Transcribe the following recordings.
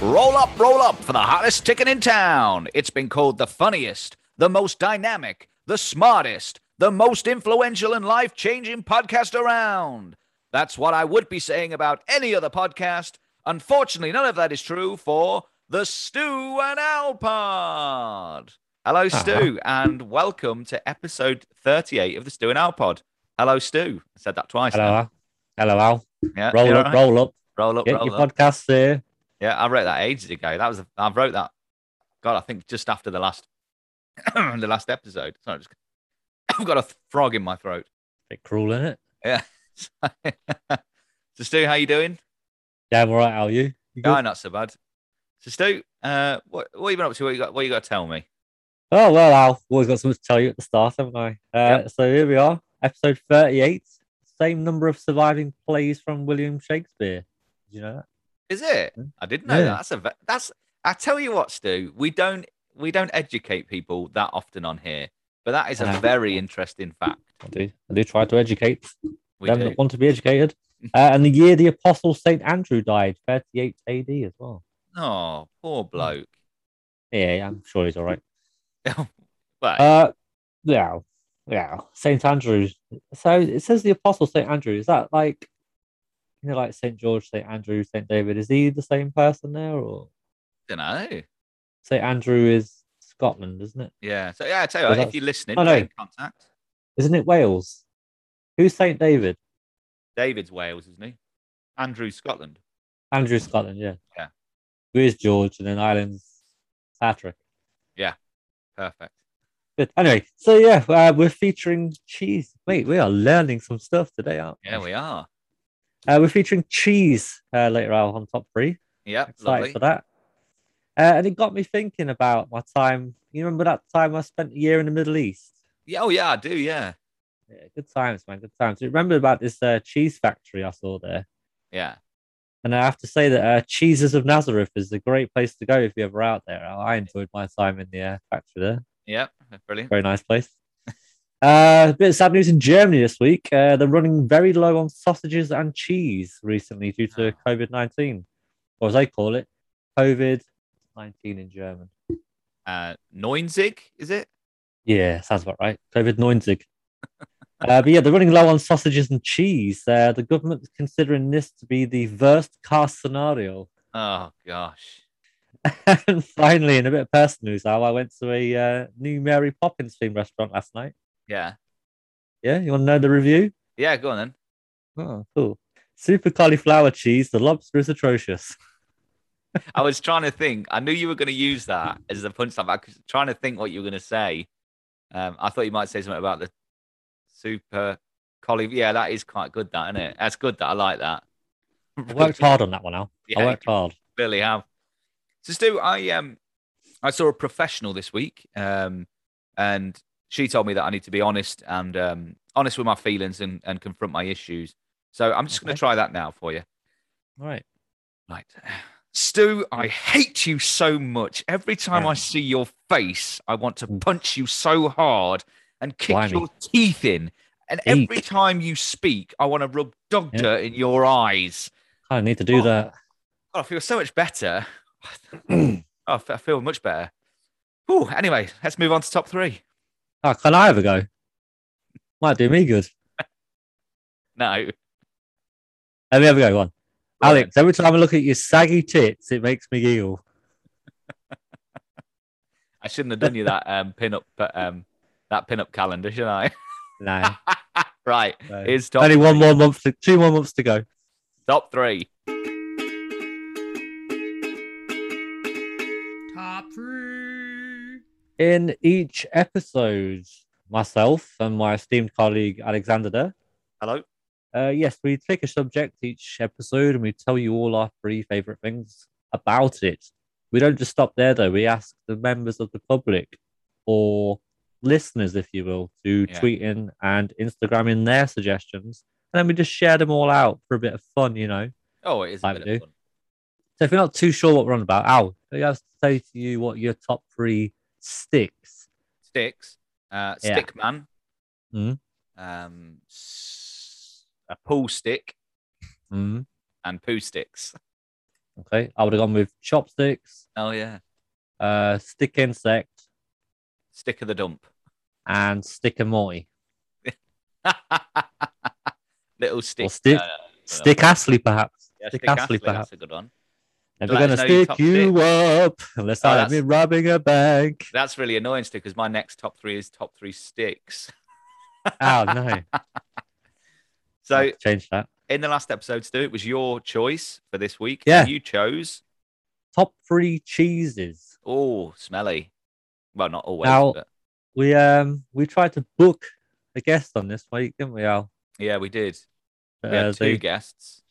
Roll up, roll up for the hottest ticket in town. It's been called the funniest, the most dynamic, the smartest, the most influential and life changing podcast around. That's what I would be saying about any other podcast. Unfortunately, none of that is true for the Stu and Al Pod. Hello, Uh-huh. Stu, and welcome to episode 38 of the Stu and Al Pod. Hello, Stu. I said that twice. Hello, now. Al. Hello, Al. Yeah, Roll Uh, you up, all right? roll up. roll up, Get roll your up. podcast there. Yeah, I wrote that ages ago. That was I wrote that. God, I think just after the last the last episode. So I just I've got a frog in my throat. Bit cruel, isn't it? so Stu, how you doing? Yeah, I'm all right, Al. You? You good? No, not so bad. So Stu, uh, what what you been up to? What you got? What you got to tell me? Oh, well, Al. Always got something to tell you at the start, haven't I? Uh, Yep. So here we are, episode 38. Same number of surviving plays from William Shakespeare. Did you know that? Is it? Hmm? Mm. I didn't know Yeah. that. That's a ve- that's. I tell you what, Stu, we don't we don't educate people that often on here, but that is a No. very interesting fact. I do. I do try to educate We them do. that want to be educated. Uh, and the year the Apostle St. Andrew died, 38 AD as well. Oh, poor Hmm. bloke. Yeah, yeah, I'm sure he's all right. But Uh, yeah, yeah. Saint Andrew's. So it says the Apostle Saint Andrew. Is that like, you know, like Saint George, Saint Andrew, Saint David? Is he the same person there, or I don't know. Saint Andrew is Scotland, isn't it? Yeah. So yeah, I tell you, So what, if that's- you're listening, I get know. in contact. Isn't it Wales? Who's Saint David? David's Wales, isn't he? Andrew Scotland. Andrew Scotland, yeah. Yeah. Who is George, and then Ireland's Patrick. Perfect. But anyway, so yeah, uh, we're featuring cheese. Wait, we are learning some stuff today, aren't we? Yeah, we are. Uh, we're featuring cheese uh, later on on top three. Yep. excited lovely. for that. Uh, and it got me thinking about my time. You remember that time I spent a year in the Middle East? Yeah, oh yeah, I do, yeah. Yeah, good times, man. Good times. You remember about this uh, cheese factory I saw there? Yeah. And I have to say that uh, Cheeses of Nazareth is a great place to go if you're ever out there. I I enjoyed my time in the uh, factory there. Yep. Brilliant. Very nice place. Uh, a bit of sad news in Germany this week. Uh, they're running very low on sausages and cheese recently due to COVID 19, or as they call it, COVID 19 in German. Uh Neunzig, is it? Yeah, sounds about right. COVID 19. uh, but yeah, they're running low on sausages and cheese. Uh, the government is considering this to be the worst case scenario. Oh gosh. and finally, in a bit of personal news, Al, I went to a uh, new Mary Poppins themed restaurant last night. Yeah. Yeah, you want to know the review? Yeah, go on then. Oh, cool. Super cauliflower cheese. The lobster is atrocious. I was trying to think. I knew you were going to use that as the punchline. but I was trying to think what you were going to say. Um, I thought you might say something about the super collie. Yeah, that is quite good, that isn't it? That's good. That I like that. I worked hard on that one, Al. Yeah, I you worked hard. really have. So Stu, I um I saw a professional this week, um, and she told me that I need to be honest and um honest with my feelings and, and confront my issues. So I'm just gonna Okay. try that now for you. All right. Right. Stu, I hate you so much. Every time I Yeah. see your face, I want to Mm. punch you so hard and kick Blimey. your teeth in. And every Eek. time you speak, I want to rub dog Yeah. dirt in your eyes. I need to do Oh. that. Oh, I feel so much better. oh, I fe- I feel much better. Oh, anyway, let's move on to top three. Oh, can I have a go? Might do me good. No, Let me have a go. Go on. Go on Alex, every time I look at your saggy tits, it makes me giggle. I shouldn't have done you that um, pin up, but um, that pin up calendar, should I? No. right, No. here's top Only one more month, to, two more months to go. top three. Top three. In each episode, myself and my esteemed colleague Alexander, there, Hello. uh, yes, we pick a subject each episode and we tell you all our three favorite things about it. We don't just stop there, though. We ask the members of the public or listeners, if you will, to Yeah. tweet in and Instagram in their suggestions. And then we just share them all out for a bit of fun, you know. Oh, it is a I bit do. of fun. So if you're not too sure what we're on about, Al, I have to say to you what your top three sticks. Sticks, uh, Yeah. stick man, Mhm. um, s- a pool stick, Mm. Hmm? and poo sticks. Okay. I would have gone with chopsticks, Oh yeah, uh, stick insect, stick of the dump. and stick and Morty. Little stick. uh, stick- Stick Astley, perhaps. yeah, stick Astley, Astley, perhaps. That's a good one. And So that we're going is to now your stick top you up unless Oh, I'm that's- in robbing a bank. That's really annoying stick because my next top three is top three sticks. oh, no. So I'll change that. in the last episode, Stu, it was your choice for this week. Yeah. You chose Top three cheeses. oh smelly. Well, not always, Now- but We um we tried to book a guest on this week, didn't we, Al? yeah, we did. But, We had uh, two they- guests.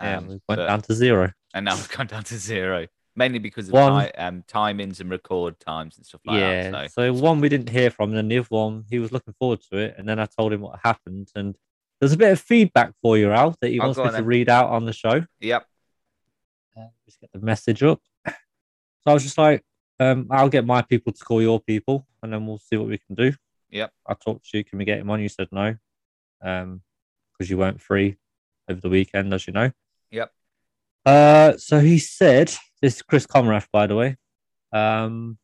yeah, um, we went but- down to zero. and now it's gone down to zero, mainly because of One. ti- um, timings and record times and stuff like yeah. that. So So one we didn't hear from, and then the other one he was looking forward to it, and then I told him what happened, and there's a bit of feedback for you, Al, that he Oh, wants go me on to then. read out on the show. yep, Uh, just get the message up. So I was just like, um, I'll get my people to call your people, and then we'll see what we can do. Yep. I talked to you. Can we get him on? You said no, um, because you weren't free over the weekend, as you know. Yep. Uh, so he said, "This is Chris Comrath, by the way. Um,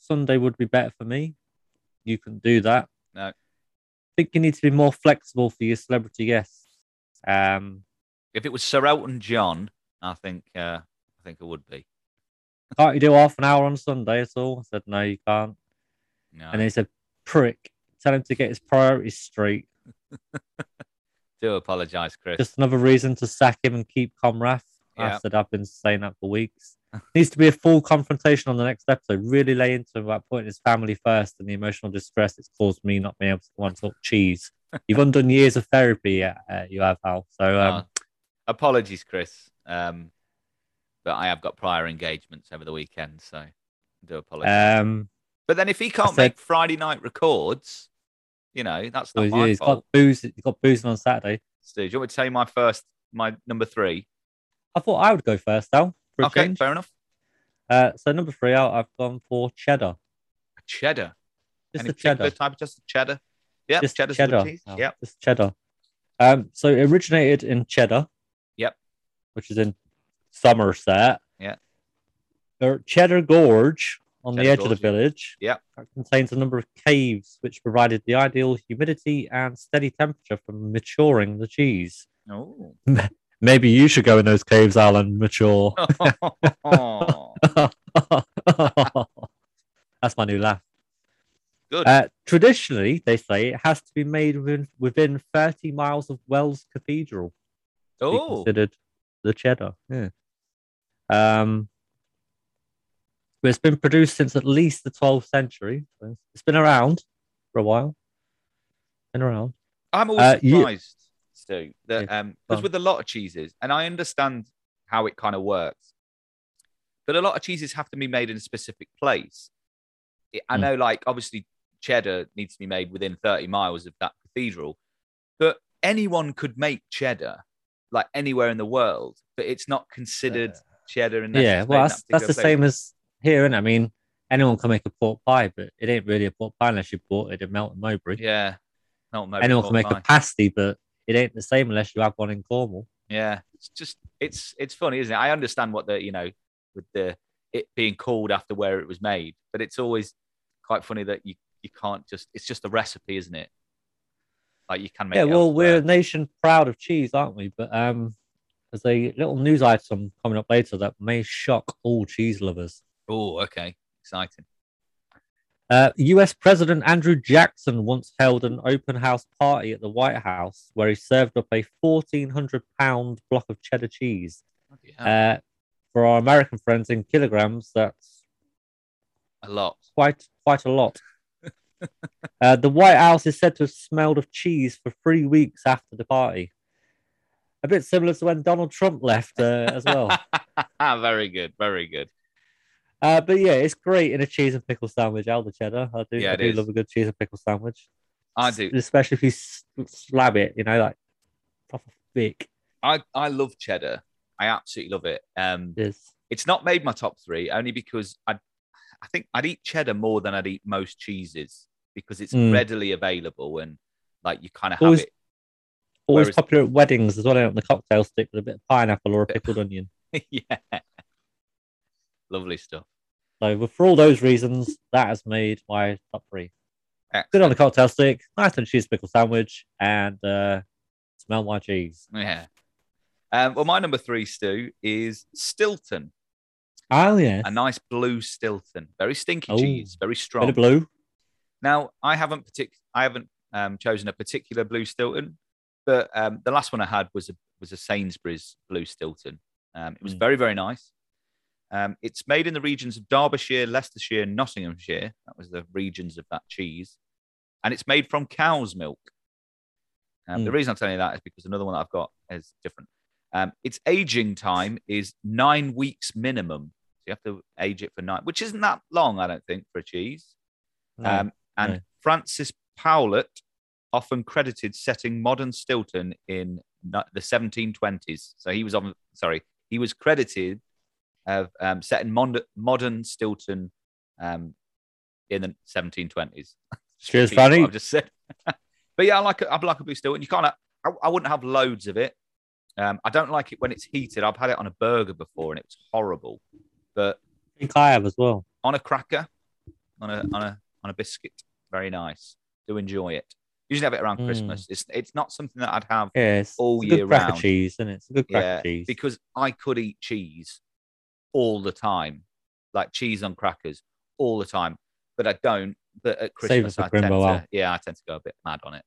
Sunday would be better for me. You can do that. No. I think you need to be more flexible for your celebrity guests. Um, if it was Sir Elton John, I think uh, I think it would be. can't you do half an hour on Sunday at all? I said, no, you can't. No, And he said, prick, tell him to get his priorities straight. do apologise, Chris. Just another reason to sack him and keep Comrath. Yeah. I said, I've been saying that for weeks. Needs to be a full confrontation on the next episode. Really lay into him about putting his family first and the emotional distress it's caused me not being able to want to talk cheese. You've undone years of therapy, uh, uh, you have, Al. So, Oh, um, apologies, Chris. Um, but I have got prior engagements over the weekend, so I do apologise. um, but then if he can't said- make Friday night records, you know that's not so yeah, my Oh, he's got fault. booze. He's got boozing on Saturday. Stu, do you want me to tell you my first, my number three? I thought I would go first, Al. For a okay, change. fair enough. Uh, so number three out, I've gone for cheddar. Cheddar. Just Any a particular cheddar. type of just cheddar? Yeah, Just cheddar's a good cheddar. Oh. cheese. Al. Yep. Just cheddar. Um, so it originated in Cheddar. Yep. Which is in Somerset. Yeah. There- Cheddar Gorge on the Cheddar edge of Gorge, the yeah. village. Yep. That contains a number of caves which provided the ideal humidity and steady temperature for maturing the cheese. Oh. Maybe you should go in those caves, Alan, mature. Oh, That's my new laugh. Good. Uh, traditionally, they say it has to be made within, within 30 miles of Wells Cathedral to be oh. considered the cheddar. Yeah. Um, but it's been produced since at least the 12th century. so It's been around for a while. Been around. I'm always Uh, you- surprised, Stu, that Yeah, um go because on. with a lot of cheeses, and I understand how it kind of works, but a lot of cheeses have to be made in a specific place. I- I Mm. know, like obviously, cheddar needs to be made within 30 miles of that cathedral, but anyone could make cheddar, like anywhere in the world, but it's not considered cheddar. Unless yeah, it's well, made in that's, that that's the particular place. same as here, and I mean, anyone can make a pork pie, but it ain't really a pork pie unless you bought it at Melton Mowbray. Yeah, not Mowbray anyone Court can make Mine. a pasty, but it ain't the same unless you have one in Cornwall. Yeah, it's just it's it's funny, isn't it? I understand what the you know with the it being called after where it was made, but it's always quite funny that you you can't just it's just a recipe, isn't it? Like you can make. yeah, it well, we're a elsewhere. nation proud of cheese, aren't we? But um, there's a little news item coming up later that may shock all cheese lovers. oh okay, exciting. Uh, US President Andrew Jackson once held an open house party at the White House where he served up a 1,400 pound block of cheddar cheese. Bloody hell, Uh, for our American friends in kilograms, that's a lot. quite quite a lot. uh, the White House is said to have smelled of cheese for three weeks after the party. A bit similar to when Donald Trump left uh, as well. Ah, very good, very good. uh, but yeah, it's great in a cheese and pickle sandwich. Al the cheddar, I do, Yeah, I it do is. love a good cheese and pickle sandwich. I do. especially if you s- slab it, you know, like proper thick. I I love cheddar. I absolutely love it. Um, Yes. it's not made my top three only because I, I think I'd eat cheddar more than I'd eat most cheeses because it's Mm. readily available and like you kind of have Always- it. Always Whereas- popular at weddings as well, on the cocktail stick with a bit of pineapple or a Bit of- pickled onion. yeah. Lovely stuff. So, with- for all those reasons, that has made my top three. Good on the cocktail stick, nice and cheese pickle sandwich, and uh, smell my cheese. Yeah. Um, well, my number three, Stu, is Stilton. Oh yeah, A nice blue Stilton. Very stinky Oh. cheese. Very bit strong. of blue. Now, I haven't partic- I haven't um, chosen a particular blue Stilton, but um, the last one I had was a was a Sainsbury's blue Stilton. Um, it was Mm. very very nice. Um, it's made in the regions of Derbyshire, Leicestershire, and Nottinghamshire. That was the regions of that cheese, and it's made from cow's milk. Um, The Mm. reason I'm telling you that is because another one that I've got is different. Um, its aging time is nine weeks minimum. So you have to age it for nine, which isn't that long, I don't think, for a cheese. Um, Um, and no. Francis Powlett, often credited setting modern Stilton in no- the 1720s. So he was on, sorry, he was credited of um, setting mon- modern Stilton um, in the 1720s. Cheers, Repeat what Fanny. I've just said. but yeah, I like a, I like a blue Stilton. You can't, ha- I, I wouldn't have loads of it. Um, I don't like it when it's heated. I've had it on a burger before and it was horrible. But I think I have as well. on a cracker, on a on a on a biscuit. Very nice. Do enjoy it. Usually have it around Mm. Christmas. It's it's not something that I'd have Yeah, it's, All it's a good year cracker round. cheese, and it? it's a good cracker Yeah, cheese. because I could eat cheese all the time, like cheese on crackers all the time, but I don't. But at Save it Christmas, for I tend Grimble, to, yeah, I tend to go a bit mad on it.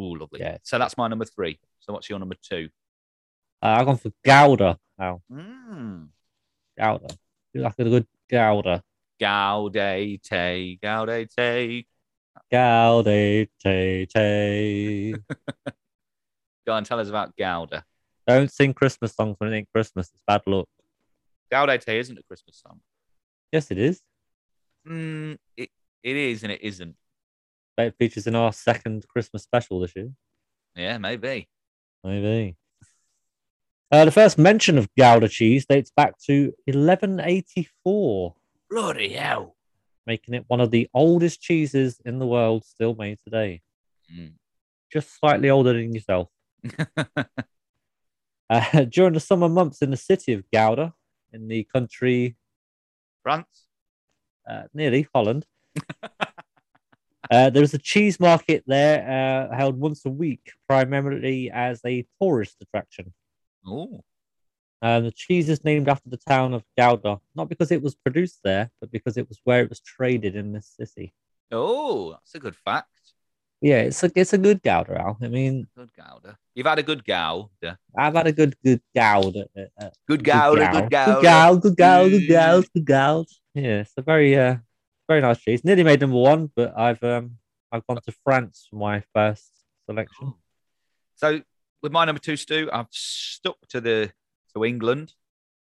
Ooh, lovely. Yeah. So that's my number three. So what's your number two? Uh, I've gone for Gouda now. Mm. Gouda. Do Like a good Gouda. Gaude te, gaude te. Gouda, tay, tay. Go and tell us about Gouda. Don't sing Christmas songs when it ain't Christmas. It's bad luck. Gaude te isn't a Christmas song. Yes, it is. Mm, it, it is and it isn't. But it features in our second Christmas special this year. Yeah, maybe. Maybe. Uh, the first mention of Gouda cheese dates back to 1184, Bloody hell. making it one of the oldest cheeses in the world still made today. Mm. Just slightly older than yourself. Uh, during the summer months in the city of Gouda, in the country France? uh, nearly Holland. uh, there is a cheese market there uh, held once a week, primarily as a tourist attraction. Oh, Um, the cheese is named after the town of Gouda, not because it was produced there, but because it was where it was traded in this city. oh, that's a good fact. Yeah, it's a it's a good Gouda. Al. I mean, Good Gouda. You've had a good Gouda. I've had a good good Gouda. uh, uh, Good Good Gouda, good Gouda. gal, good gal, good Mm. gal, good gal. Yeah, it's a very, uh, very nice cheese. Nearly made number one, but I've um, I've gone to France for my first selection. Cool. So, with my number two, Stu, I've stuck to the to England,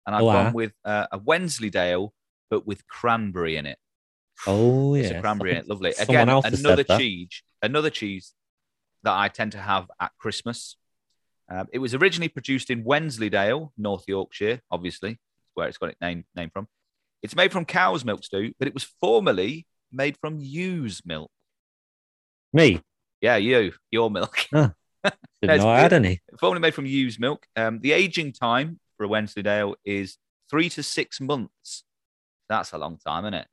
and I've Oh, gone ah. with uh, a Wensleydale, but with cranberry in it. Oh yeah, It's a cranberry in it. Lovely. someone Again, else has said another that. cheese, another cheese that I tend to have at Christmas. Um, it was originally produced in Wensleydale, North Yorkshire, obviously, where it's got its name, name from. It's made from cow's milk, Stu, but it was formerly made from ewe's milk. Me Yeah, you, your milk. didn't That's know I had any. formerly made from ewe's milk. Um, the aging time for a Wensleydale is three to six months. That's a long time, isn't it?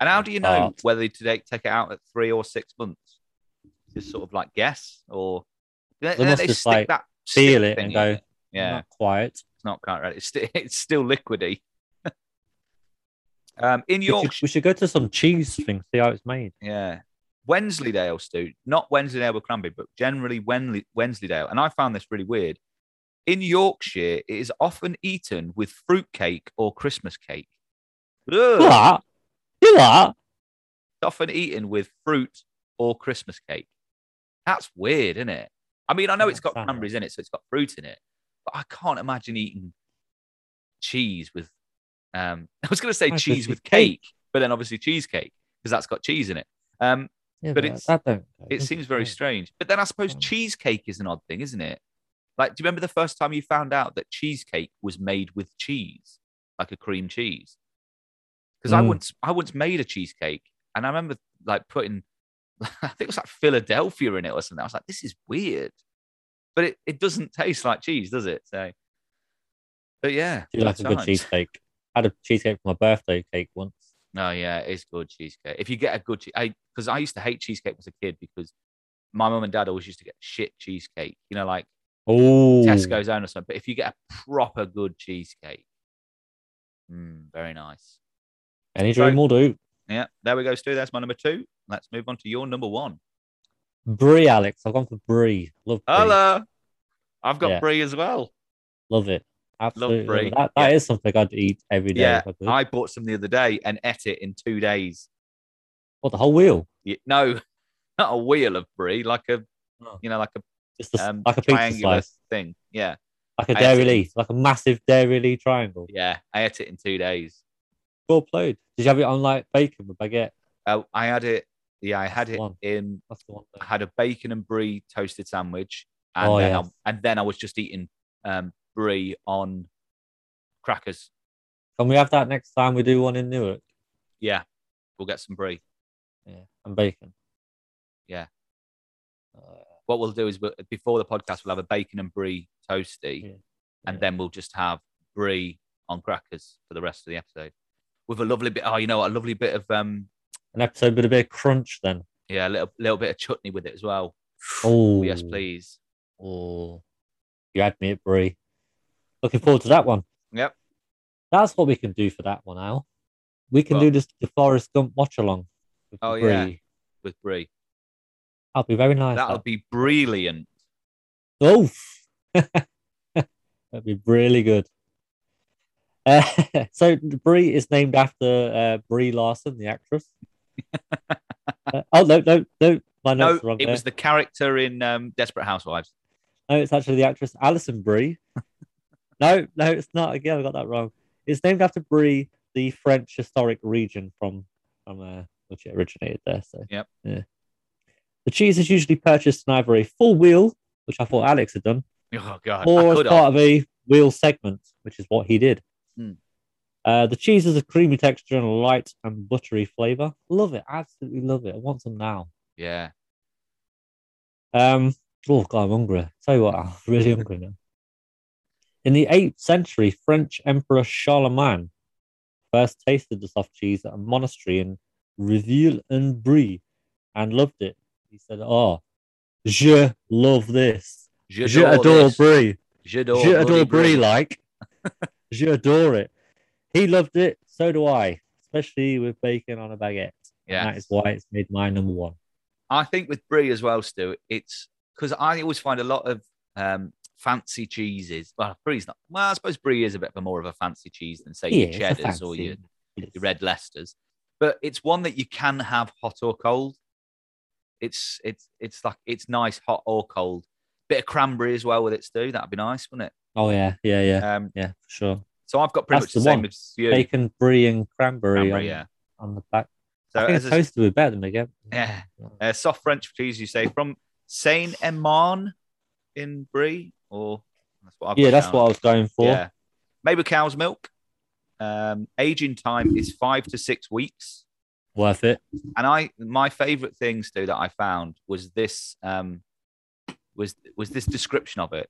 And how do you know Art. whether to take, take it out at three or six months? Just sort of like guess, or they, must they just, stick like, that feel stick it and thing go, in Yeah, Not quiet. it's not quite right. It's, sti- it's still liquidy. um, in We should, Yorkshire, we should go to some cheese thing, see how it's made. yeah, Wensleydale, Stu, not Wensleydale with cranberry, but generally Wenle- Wensleydale. And I found this really weird. In Yorkshire, it is often eaten with fruitcake or Christmas cake. Ugh. What? You what? It's often eaten with fruit or Christmas cake. That's weird, isn't it? I mean, I know it's got Sounds- cranberries in it, so it's got fruit in it, but I can't imagine eating cheese with. Um, I was going to say Why, cheese Christmas with cake. cake, but then obviously cheesecake because that's got cheese in it. Um, Yeah, But it's- I don't. it seems very strange, but then I suppose Mm. cheesecake is an odd thing, isn't it? Like, do you remember the first time you found out that cheesecake was made with cheese, like a cream cheese? Because I Mm. once I once made a cheesecake, and I remember like putting, I think it was like Philadelphia in it or something. I was like, this is weird, but it, it doesn't taste like cheese, does it? So But yeah, Do you like good a good times. cheesecake? I had a cheesecake for my birthday cake once. No, Oh, yeah, it's good cheesecake. If you get a good, che- I because I used to hate cheesecake as a kid because my mum and dad always used to get shit cheesecake, you know, like Oh, Tesco's own or something. But if you get a proper good cheesecake, mm, very nice. Any dream So- will do. Yeah, there we go, Stu. That's my number two. Let's move on to your number one. Brie, Alex. I've gone for brie. Love brie. Hello. I've got Yeah. Brie as well. Love it. Absolutely. love brie. it. That, that Yeah. is something I'd eat every day. Yeah, if I could. I bought some the other day and ate it in two days. What, the whole wheel? Y- No, not a wheel of Brie, like a, Oh. you know, like a Just a, um, like a pizza triangular slice. thing. Yeah, Like a I had dairy to- lee. Like a massive dairy lee triangle. yeah. I ate it in two days. Well played. Did you have it on like bacon with baguette? Uh, I had it. Yeah, I had That's it one. in. That's the one. I had a bacon and brie toasted sandwich, and Oh, then yeah. I, and then I was just eating um, brie on crackers. Can we have that next time we do one in Newark? Yeah, we'll get some brie. Yeah, and bacon. Yeah. Uh, What we'll do is we'll, before the podcast, we'll have a bacon and brie toasty, Yeah. and Yeah. then we'll just have brie on crackers for the rest of the episode with a lovely bit. Oh, you know what? A lovely bit of um, an episode with a bit of crunch then. yeah, a little little bit of chutney with it as well. Oh, Oh, yes, please. Oh, you had me at Brie. Looking forward to that one. Yep. That's what we can do for that one, Al. We can Well- do this the Forrest Gump watch along. Oh, yeah. With brie, That'll be very nice. that'll that. be brilliant. Oh, that'd be really good. Uh, so Brie is named after uh, Brie Larson, the actress. Uh, oh no, no, no! My No, notes are wrong. it there. was the character in um, Desperate Housewives. No, it's actually the actress Alison Brie. no, no, it's not. Again, I got that wrong. It's named after Brie, the French historic region from from uh, which it originated there. So Yep. yeah. The cheese is usually purchased in either a full wheel, which I thought Alex had done, Oh god, I or as could part have. of a wheel segment, which is what he did. Hmm. Uh, the cheese is a creamy texture and a light and buttery flavor. Love it, absolutely love it. I want some now. Yeah, Um, oh god, I'm hungry. Tell you what, I'm really hungry now. In the 8th century, French Emperor Charlemagne first tasted the soft cheese at a monastery in Reville-en-Brie and loved it. He said, "Oh, je love this. je, Je adore this. brie. J'adore, Je adore bloody brie like. Je adore it. He loved it. So do I, especially with bacon on a baguette. Yeah, And that is why it's made my number one. I think with brie as well, Stu. It's because I always find a lot of um, fancy cheeses. Well, brie's not. Well, I suppose brie is a bit of a- more of a fancy cheese than say your it's a cheddars or your, fancy- your it's- red Leicesters. But it's one that you can have hot or cold. It's it's it's like it's nice hot or cold. Bit of cranberry as well with it, Stu. That'd be nice, wouldn't Oh yeah, yeah, yeah. it? Um, Yeah, for sure. so I've got pretty much That's the, the same one. as you. Bacon, brie, and cranberry, Cranberry, on, yeah. on the back. So I think as a I- toast would be better than baguette. Yeah. uh, soft French cheese, you say, from Saint Eman in Brie, or that's what I've Yeah, got that's down. what I was going for. Yeah, maybe cow's milk. Um, aging time is five to six weeks, Worth it. and I my favourite things Stu, that I found was this um, was was this description of it.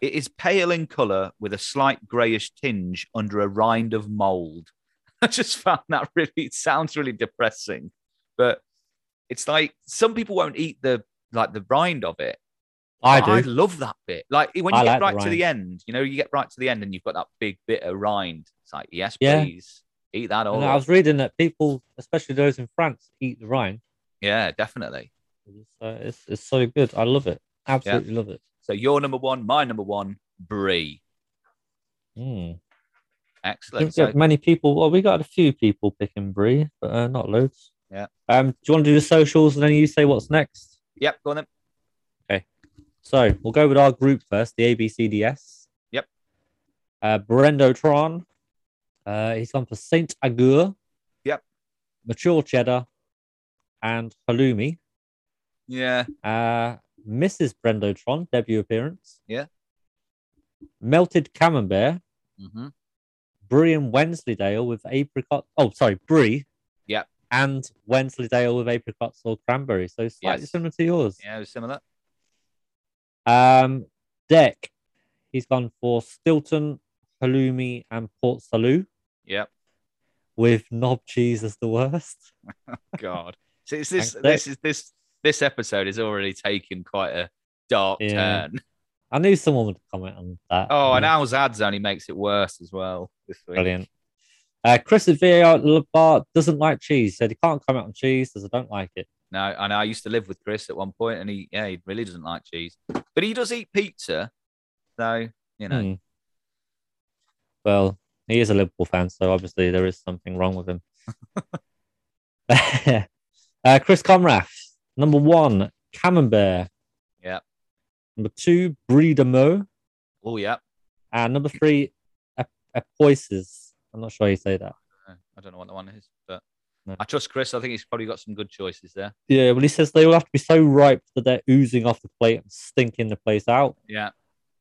It is pale in colour with a slight greyish tinge under a rind of mould. I just found that really it sounds really depressing, but it's like some people won't eat the like the rind of it. I But I do. love that bit. Like when you I get like right the to the end, you know, you get right to the end and you've got that big bit of rind. It's like, yes, Yeah. please eat that all. And I up. was reading that people, especially those in France, eat the rind. Yeah, definitely. So it's, it's so good. I love it. Absolutely love it. So your number one, my number one, brie. Mm. Excellent. Didn't So, get many people. Well, we got a few people picking brie, but uh, not loads. Yeah. Um, do you want to do the socials and then you say what's next? yep, go on then. So we'll go with our group first, the ABCDS. Yep. Uh, Brendo Tron. Uh, he's gone for Saint Agur. Yep. Mature Cheddar and Halloumi. Yeah, Uh, Mrs. Brendo Tron, debut appearance. Yeah. Melted Camembert. hmm Brie and Wensleydale with apricot. Oh, sorry, Brie. Yep. And Wensleydale with apricots or cranberry. So slightly Yes. similar to yours. yeah, it was similar. Um, Deck, he's gone for Stilton halloumi, and port salut Yep. with knob cheese as the worst. God. So it's this Thanks, this is this this episode is already taken quite a dark Yeah. turn. I knew someone would comment on that. Oh, and Al's ads only makes it worse as well this week. Brilliant. Uh, Chris at VAR Bar doesn't like cheese, said he can't comment on cheese because I don't like it. No, I know I used to live with Chris at one point and he yeah, he really doesn't like cheese. But he does eat pizza. So, you know. Hmm. Well, he is a Liverpool fan, so obviously there is something wrong with him. uh, Chris Comrath, number one, Camembert. Yep. Number two, Brie de Meaux. Oh yeah. And number three, a- Epoises. I'm not sure how you say that. Uh, I don't know what that one is, but No. I trust Chris. I think he's probably got some good choices there. Yeah, well, he says they all have to be so ripe that they're oozing off the plate and stinking the place out. Yeah.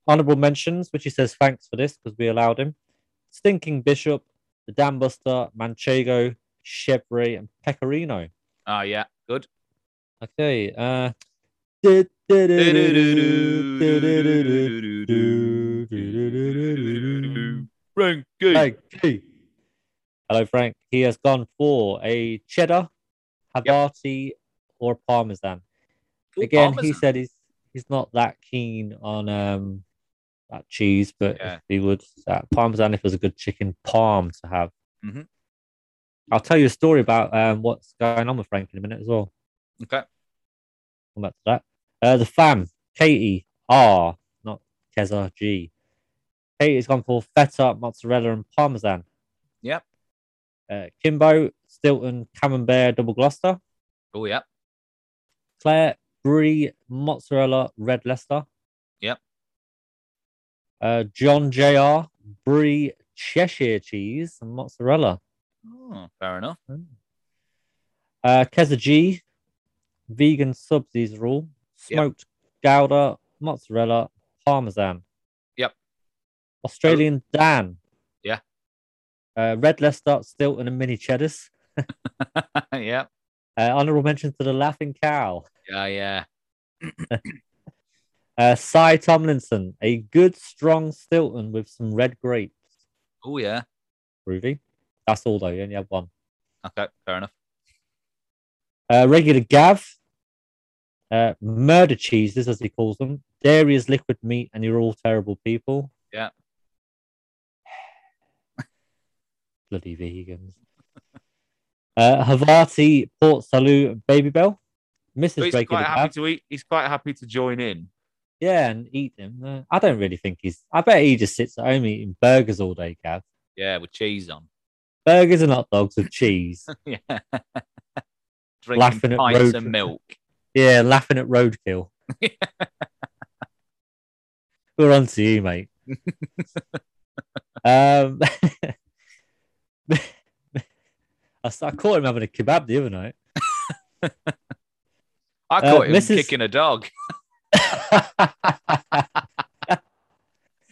Honorable mentions, which he says thanks for this because we allowed him. Stinking Bishop, the Dambuster, Manchego, Chevrolet, and Pecorino. Oh yeah. Good. Okay. Uh... Frankie. Frankie. Hello, Frank. He has gone for a cheddar, Havarti, or Parmesan. Ooh, Again, he Parmesan. said he's he's not that keen on um that cheese, but Yeah. if he would that Parmesan if it was a good chicken palm to have. Mhm. I'll tell you a story about um what's going on with Frank in a minute as well. Okay. Come back to that. Uh, the fam, Katie R, not Keza G. Katie's gone for feta, mozzarella, and parmesan. Yep. Uh, Kimbo, Stilton, Camembert, double Gloucester. Oh yeah. Claire, Brie, mozzarella, red Leicester. Yep. Uh, John Jr. Brie, Cheshire cheese, and mozzarella. Oh, fair enough. Uh, Keza G, vegan subsidies rule, Yep. smoked gouda, mozzarella, parmesan. Yep. Australian Dan. Yeah. Uh, Red Leicester, Stilton, and mini cheddars. yeah. Uh, honorable mention to the Laughing Cow. Yeah, yeah. Uh, Cy Tomlinson, a good strong Stilton with some red grapes. Oh yeah. Groovy. That's all though. You only have one. Okay, fair enough. Uh, regular Gav, uh, murder cheeses, as he calls them. Dairy is liquid meat, and you're all terrible people. Yeah. Bloody vegans. uh, Havarti, Port Salut, and Baby Bell. But Mrs. he's Regular quite Gav. happy to eat. He's quite happy to join in. Yeah, and eat them. Uh, I don't really think he's. I bet he just sits at home eating burgers all day, Gav. Yeah, with cheese on. Burgers and hot dogs with cheese. yeah. Laughing Drinking at pints road- of milk. Yeah, laughing at roadkill. We're on to you, mate. um, I, s- I caught him having a kebab the other night. I Uh, caught him Mrs. kicking a dog.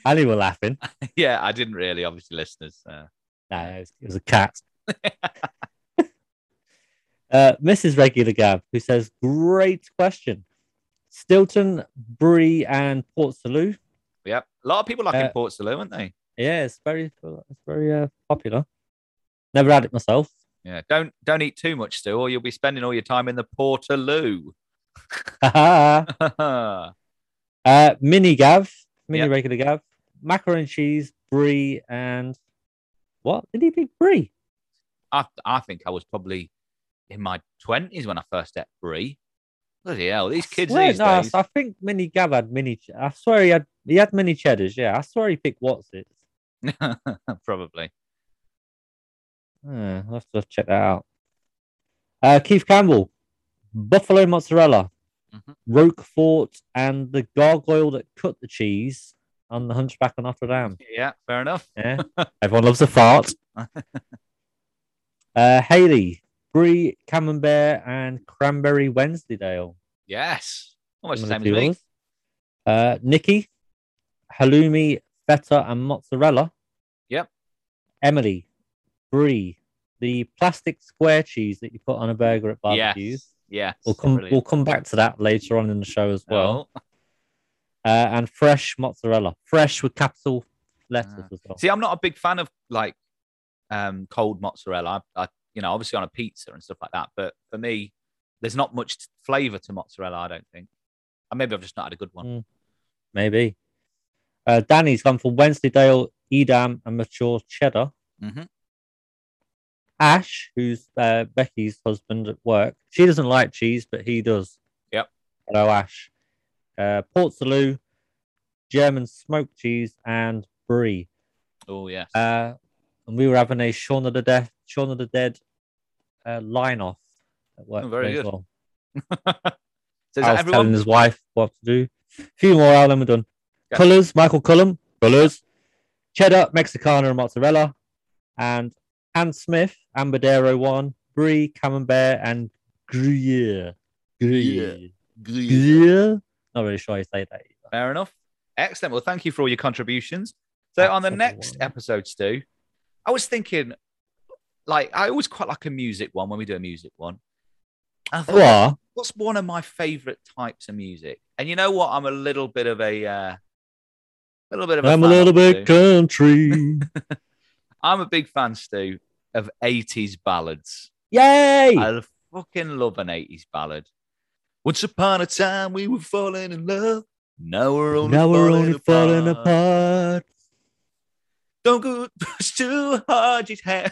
and he were laughing. yeah, I didn't really, obviously, listeners. Uh, No, it was, it was a cat. uh, Mrs. Regular Gab, who says, Great question. Stilton, Brie, and Port Salut. yeah, a lot of people like in Uh, Port Salut, aren't they? Yeah, it's very it's very uh, popular. Never had it myself. Yeah, don't don't eat too much, Stu, or you'll be spending all your time in the Portaloo. uh, yeah, mini Gav, mini Yep. regular Gav, macaroni and cheese, brie, and what did he pick? Brie. I I think I was probably in my twenties when I first ate brie. Bloody hell, these kids Swear- these no, I- days. I think mini Gav had mini. Ch- I swear he had he had mini cheddars. Yeah, I swear he picked what's it. probably. Uh, I'll have to check that out. Uh, Keith Campbell, buffalo mozzarella, Mhm. Roquefort, and the gargoyle that cut the cheese on the Hunchback of Notre Dame. Yeah, fair enough. Yeah. Everyone loves a fart. uh, Haley, Brie, Camembert, and Cranberry Wednesdaydale. Yes, almost the same Similar to as me. yours. Uh, Nikki, Halloumi, Feta, and Mozzarella. Yep. Emily, Brie, the plastic square cheese that you put on a burger at Yes. barbecues. Yes, We'll come. brilliant. We'll come back to that later on in the show as well. Oh, Uh, and fresh mozzarella, fresh with capital lettuce Ah. as well. See, I'm not a big fan of like um, cold mozzarella. I, I, you know, obviously on a pizza and stuff like that. But for me, there's not much flavor to mozzarella. I don't think. Or maybe I've just not had a good one. Mm. Maybe. Uh, Danny's gone for Wednesdaydale, Edam, and mature cheddar. Mhm. Ash, who's uh, Becky's husband at work, she doesn't like cheese, but he does. Yep. Hello, Ash. Uh, Port Salut, German smoked cheese, and brie. Oh yes. Uh, and we were having a Shaun of the Dead, Shaun of the Dead uh, line off at work. Oh, very today as good. well. so is I that was telling everyone? his wife what to do. A few more out, then we're done. Yeah. Colours, Michael Cullum, colours, cheddar, Mexicana, and mozzarella, and Anne Smith, Ambadero one, brie, camembert, and Gruyere. Gruyere. Gruyere. Not really sure how you say that. Either. Fair enough. Excellent. Well, thank you for all your contributions. So on the Absolutely. next episode, Stu, I was thinking, like, I always quite like a music one when we do a music one. I thought, You are. what's one of my favorite types of music? And you know what? I'm a little bit of a, uh, little bit of. A I'm a fan little of bit Stu. country. I'm a big fan, Stu, of 80s ballads. Yay! I fucking love an 80s ballad. Once upon a time, we were falling in love. Now we're only now we're falling only apart. falling apart. Don't go push too hard. Just hand,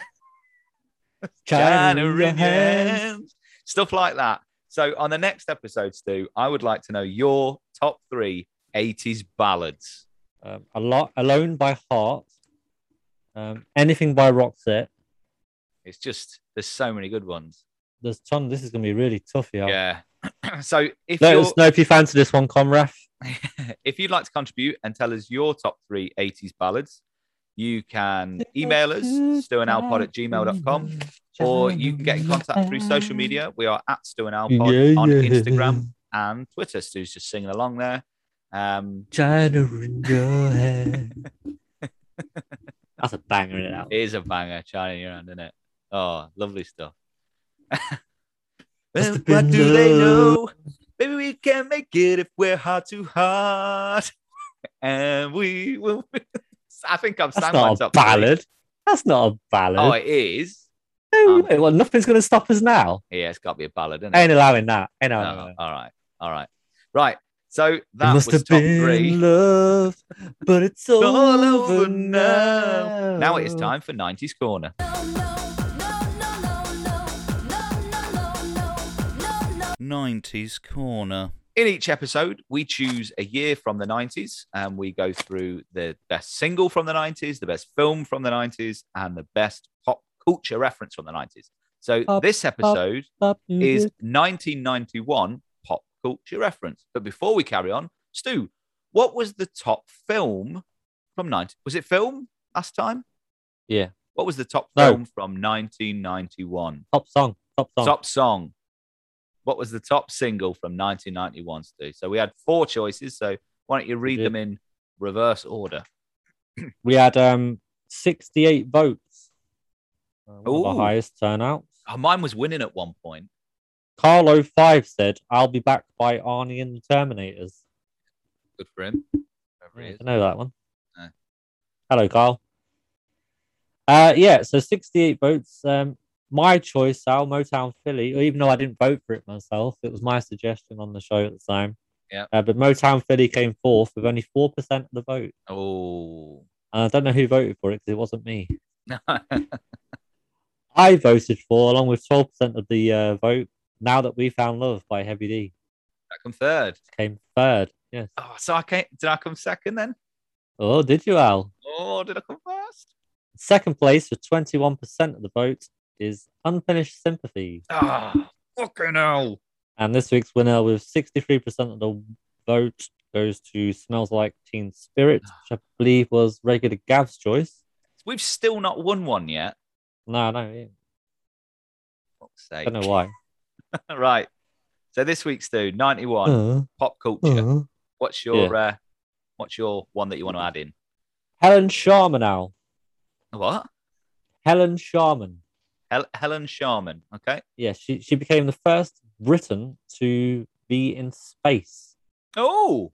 China in China your in your hands. hands. Stuff like that. So on the next episode, Stu, I would like to know your top three 80s ballads. um, a lot alone by heart um, anything by roxette It's just there's so many good ones. there's ton this is going to be really tough yeah, Yeah. so if let you're, us know if you fancy this one comref if you'd like to contribute and tell us your top three 80s ballads, you can email us, stuandalpod at gmail.com, or you can get in contact through social media. We are at Stu and Al Pod on Instagram and Twitter. Stu's just singing along there. Um, China in your hand. that's a banger in it out it is a banger, China in your hand, isn't it? Oh, lovely stuff. Must Well, have what been do they love. know? Maybe we can make it if we're heart to heart. and we will. I think I've that's sang my not a top three. ballad that's not a ballad Oh, it is. no um, way. well nothing's going to stop us now Yeah, it's got to be a ballad, isn't it? ain't allowing that ain't allowing No, that. all right, all right, right. So it that was must top have been three. love but it's all, all over over now. now Now it is time for '90s Corner. '90s Corner. In each episode, we choose a year from the '90s, and we go through the best single from the '90s, the best film from the '90s, and the best pop culture reference from the '90s. So Pop, this episode Pop is music. 1991 pop culture reference. But before we carry on, Stu, what was the top film from 90? Was it film last time? yeah What was the top No. film from 1991? top song top song Top song. What was the top single from 1991, Stu? So we had four choices. So why don't you read did. them in reverse order? we had um 68 votes uh, one of Ooh. the highest turnout Oh, mine was winning at one point. carlo 5 said i'll be back by arnie and the terminators Good for him. Whoever he i is. know that one No. hello carl uh yeah so 68 votes um my choice al motown philly even though i didn't vote for it myself it was my suggestion on the show at the time Yeah. uh, but motown philly came fourth with only 4% of the vote Oh. and i don't know who voted for it because it wasn't me I voted for, along with 12% of the uh, vote, Now That We Found Love by Heavy D I come third. came third. Yes. Oh, so I can't. Did I come second then? Oh, did you, Al? Oh, did I come first? Second place with 21% of the vote is Unfinished Sympathy. Ah, fucking hell. And this week's winner, with 63% of the vote, goes to Smells Like Teen Spirit, which I believe was regular Gav's choice. We've still not won one yet. No, no, yeah. Fuck's I sake. don't know why. right. So this week's Stu, 91, Uh, pop culture. uh. What's your uh, what's your one that you want to add in? Helen Sharman, Al. What? Helen Sharman. Hel- Helen Sharman. Okay. yeah, she, she became the first Briton to be in space. Oh,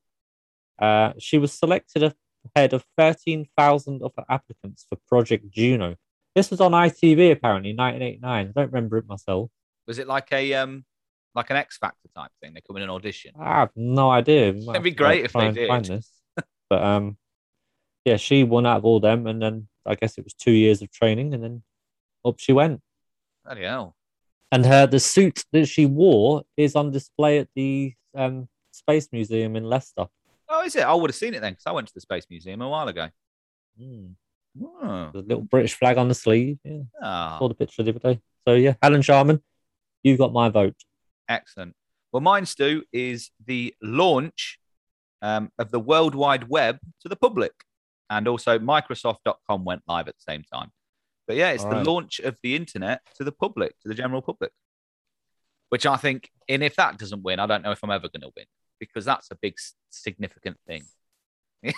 Uh, she was selected a ahead of 13,000 other applicants for Project Juno. This was on ITV apparently in 1989. I don't remember it myself. Was it like a um like an X Factor type thing? They come in an audition. I have no idea. We might It'd have be to, great like, if try they and did. Find this. But um, yeah, she won out of all them, and then I guess it was two years of training, and then up she went. Bloody hell. And her the suit that she wore is on display at the um, Space Museum in Leicester. Oh, is it? I would have seen it then because I went to the Space Museum a while ago. Mm. Oh, The little British flag on the sleeve. Yeah, Ah, saw the picture the other day. So yeah, Helen Sharman, you've got my vote. excellent. Well, mine, Stu, is the launch um, of the World Wide Web to the public. And also, Microsoft.com went live at the same time. But yeah, it's the Right. launch of the internet to the public, to the general public, which I think, and if that doesn't win, I don't know if I'm ever going to win because that's a big, s- significant thing.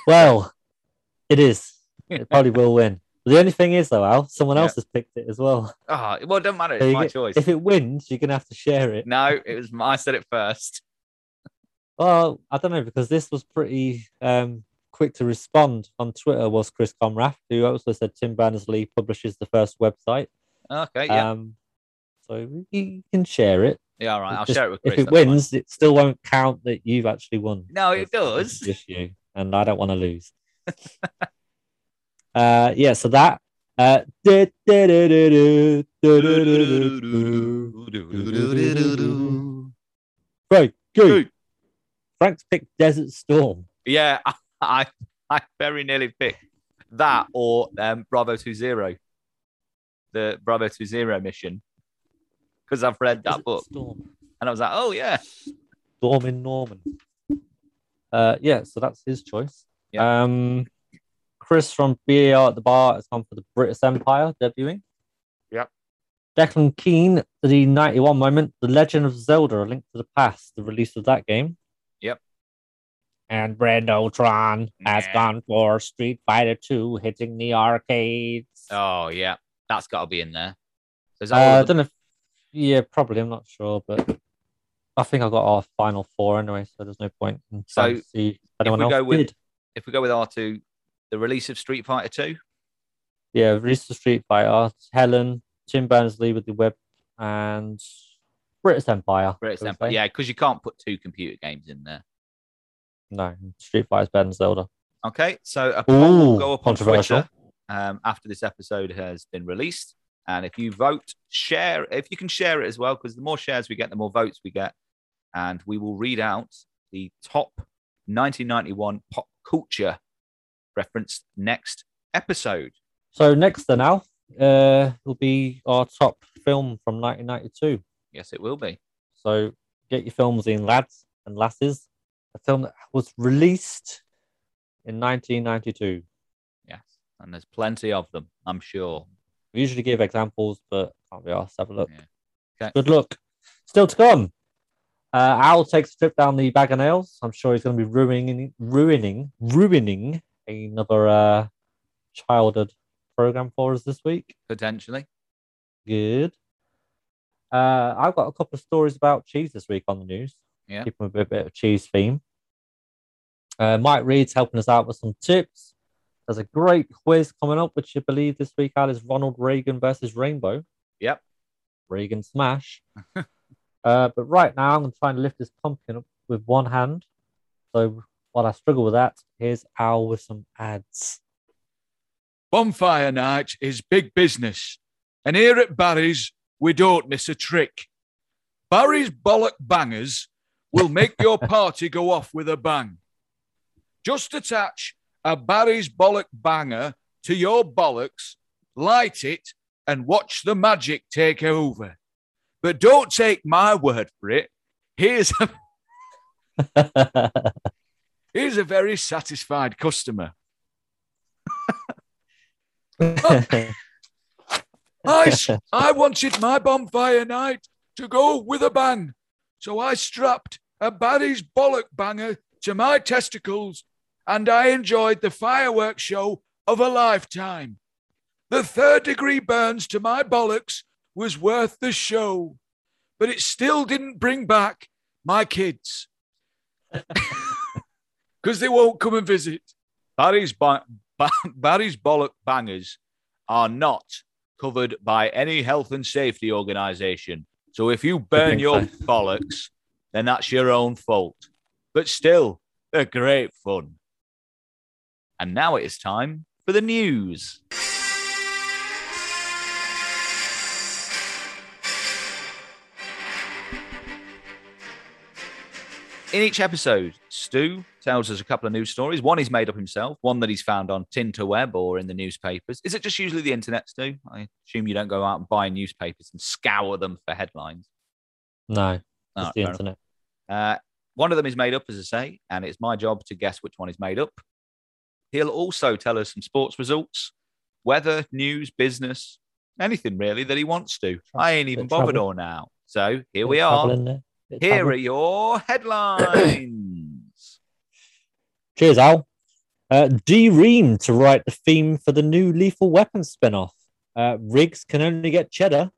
Well, it is. It probably will win. The only thing is though, Al, someone Yeah. else has picked it as well. Ah, well, it doesn't matter. There It's you my go. choice. If it wins, you're gonna have to share it. No, it was my, I said it first. Well, I don't know because this was pretty um, quick to respond on Twitter. Was Chris Comrath, who also said Tim Berners Lee publishes the first website. Okay, yeah. Um, so you can share it. yeah, all right. I'll Just- share it with Chris. if it that's fine. wins, it still won't count that you've actually won. No, it because it's does. Just you, and I don't want to lose. uh, yeah, so that. Uh, Right, go. Frank's picked Desert Storm. Yeah, I, I, I very nearly picked that or um, Bravo Two Zero, the Bravo Two Zero mission, because I've read that Desert book Storm. and I was like, oh yeah, Storm in Norman. Uh, yeah, so that's his choice. Yeah. Um, Chris from BAR at the bar has gone for the British Empire debuting. Yep. Declan Keane, the 91 moment, The Legend of Zelda, A Link to the Past, the release of that game. Yep. And Brando Tron has Yeah. gone for Street Fighter 2, hitting the arcades. oh yeah, that's got to be in there. So is that all Uh, I of them? don't know. If, yeah, probably. I'm not sure, but I think I got our final four anyway, so there's no point. In So, trying to see if anyone we else go with- did. if we go with R two, the release of Street Fighter Two. Yeah, release the Street Fighter, Helen, Tim Berners Lee with the web, and British Empire. British I would Empire. say. Yeah, because you can't put two computer games in there. No, Street Fighter's better than Zelda. Okay, so a poll will Ooh, go up on controversial. Twitter um, after this episode has been released, and if you vote, share. If you can share it as well, because the more shares we get, the more votes we get, and we will read out the top 1991 pop culture referenced next episode. So next then, Al, uh, will be our top film from 1992. Yes, it will be. So get your films in, lads and lasses. A film that was released in 1992. Yes, and there's plenty of them, I'm sure. We usually give examples, but can't be asked. Have a look. Yeah. Okay. Good luck. Still to come. Uh, Al takes a trip down the bag of nails. I'm sure he's going to be ruining, ruining, ruining another uh, childhood program for us this week. Potentially, Good. Uh, I've got a couple of stories about cheese this week on the news. Yeah. Keep with a bit of cheese theme. Uh, Mike Reed's helping us out with some tips. There's a great quiz coming up, which I believe this week out is Ronald Reagan versus Rainbow. Yep. Reagan smash. uh, but right now, I'm going to try and lift this pumpkin up with one hand. So while I struggle with that, here's Al with some ads. Bonfire night is big business, and here at Barry's, we don't miss a trick. Barry's Bollock Bangers will make your party go off with a bang. Just attach a Barry's Bollock Banger to your bollocks, light it, and watch the magic take over. But don't take my word for it. Here's a, Oh, here's a very satisfied customer. I, s- I wanted my bonfire night to go with a bang. So I strapped a Barry's bollock banger to my testicles and I enjoyed the fireworks show of a lifetime. The third degree burns to my bollocks was worth the show, but it still didn't bring back my kids because they won't come and visit. Barry's, ba- ba- Barry's bollock bangers are not covered by any health and safety organization. So if you burn think your so. bollocks, then that's your own fault. But still, they're great fun. And now it is time for the news. In each episode, Stu tells us a couple of news stories. One he's made up himself, one that he's found on Tinterweb or in the newspapers. Is it just usually the internet, Stu? I assume you don't go out and buy newspapers and scour them for headlines. No, it's All right, fair the enough. internet. Uh, one of them is made up, as I say, and it's my job to guess which one is made up. He'll also tell us some sports results, weather, news, business, anything really that he wants to. I ain't even Bit bothered trouble. all now. So here Bit we of trouble are. in there. Bit of Here trouble. are your headlines. Cheers, Al. Uh, D Ream to write the theme for the new Lethal Weapon spin off. Uh, Riggs can only get cheddar.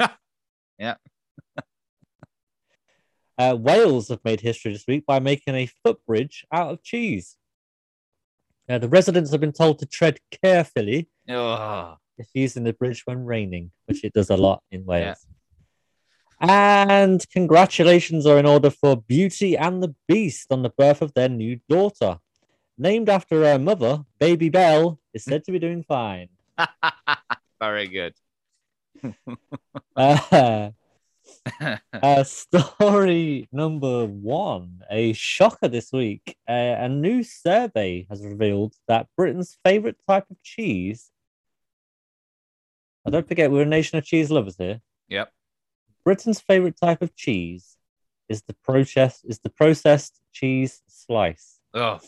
Yeah. uh, Wales have made history this week by making a footbridge out of cheese. Uh, the residents have been told to tread carefully Ugh. if using the bridge when raining, which it does a lot in Yeah. Wales. And congratulations are in order for Beauty and the Beast on the birth of their new daughter. Named after her mother, Baby Belle is said to be doing fine. Very good. Uh, uh, story number one a shocker this week. Uh, a new survey has revealed that Britain's favorite type of cheese. I don't forget, we're a nation of cheese lovers here. Yep. Britain's favorite type of cheese is the process is the processed cheese slice. Ugh.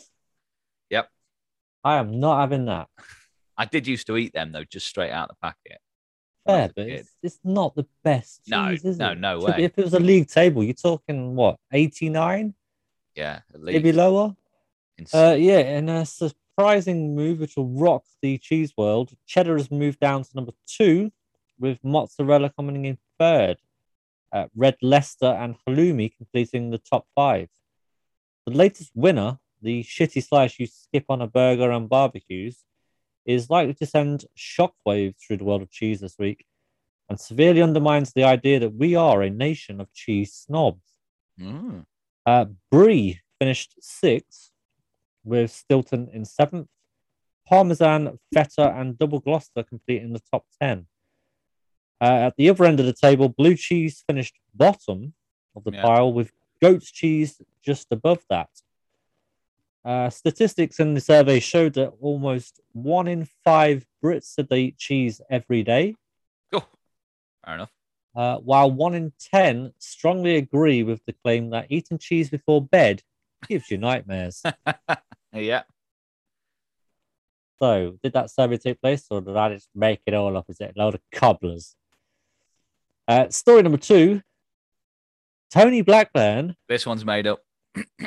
I am not having that. I did used to eat them though, just straight out of the packet. when I Fair, was a but kid. it's, it's not the best. No, cheese, is no, it? no Should be- way. If it was a league table, you're talking what, 89? Yeah, at least. Maybe lower? Ins- Uh, yeah, in a surprising move which will rock the cheese world, cheddar has moved down to number two, with mozzarella coming in third. Uh, Red Leicester and halloumi completing the top five. The latest winner, the shitty slice you skip on a burger and barbecues, is likely to send shockwaves through the world of cheese this week and severely undermines the idea that we are a nation of cheese snobs. Mm. Uh, Brie finished sixth, with Stilton in seventh. Parmesan, feta, and double Gloucester completing the top ten. Uh, at the other end of the table, blue cheese finished bottom of the Yeah. pile, with goat's cheese just above that. Uh, statistics in the survey showed that almost one in five Brits said they eat cheese every day, Oh, fair enough. uh, while one in 10 strongly agree with the claim that eating cheese before bed gives you nightmares. Yeah. so, did that survey take place or did I just make it all up? Is it a load of cobblers? Uh, story number two Tony Blackburn. This one's made up.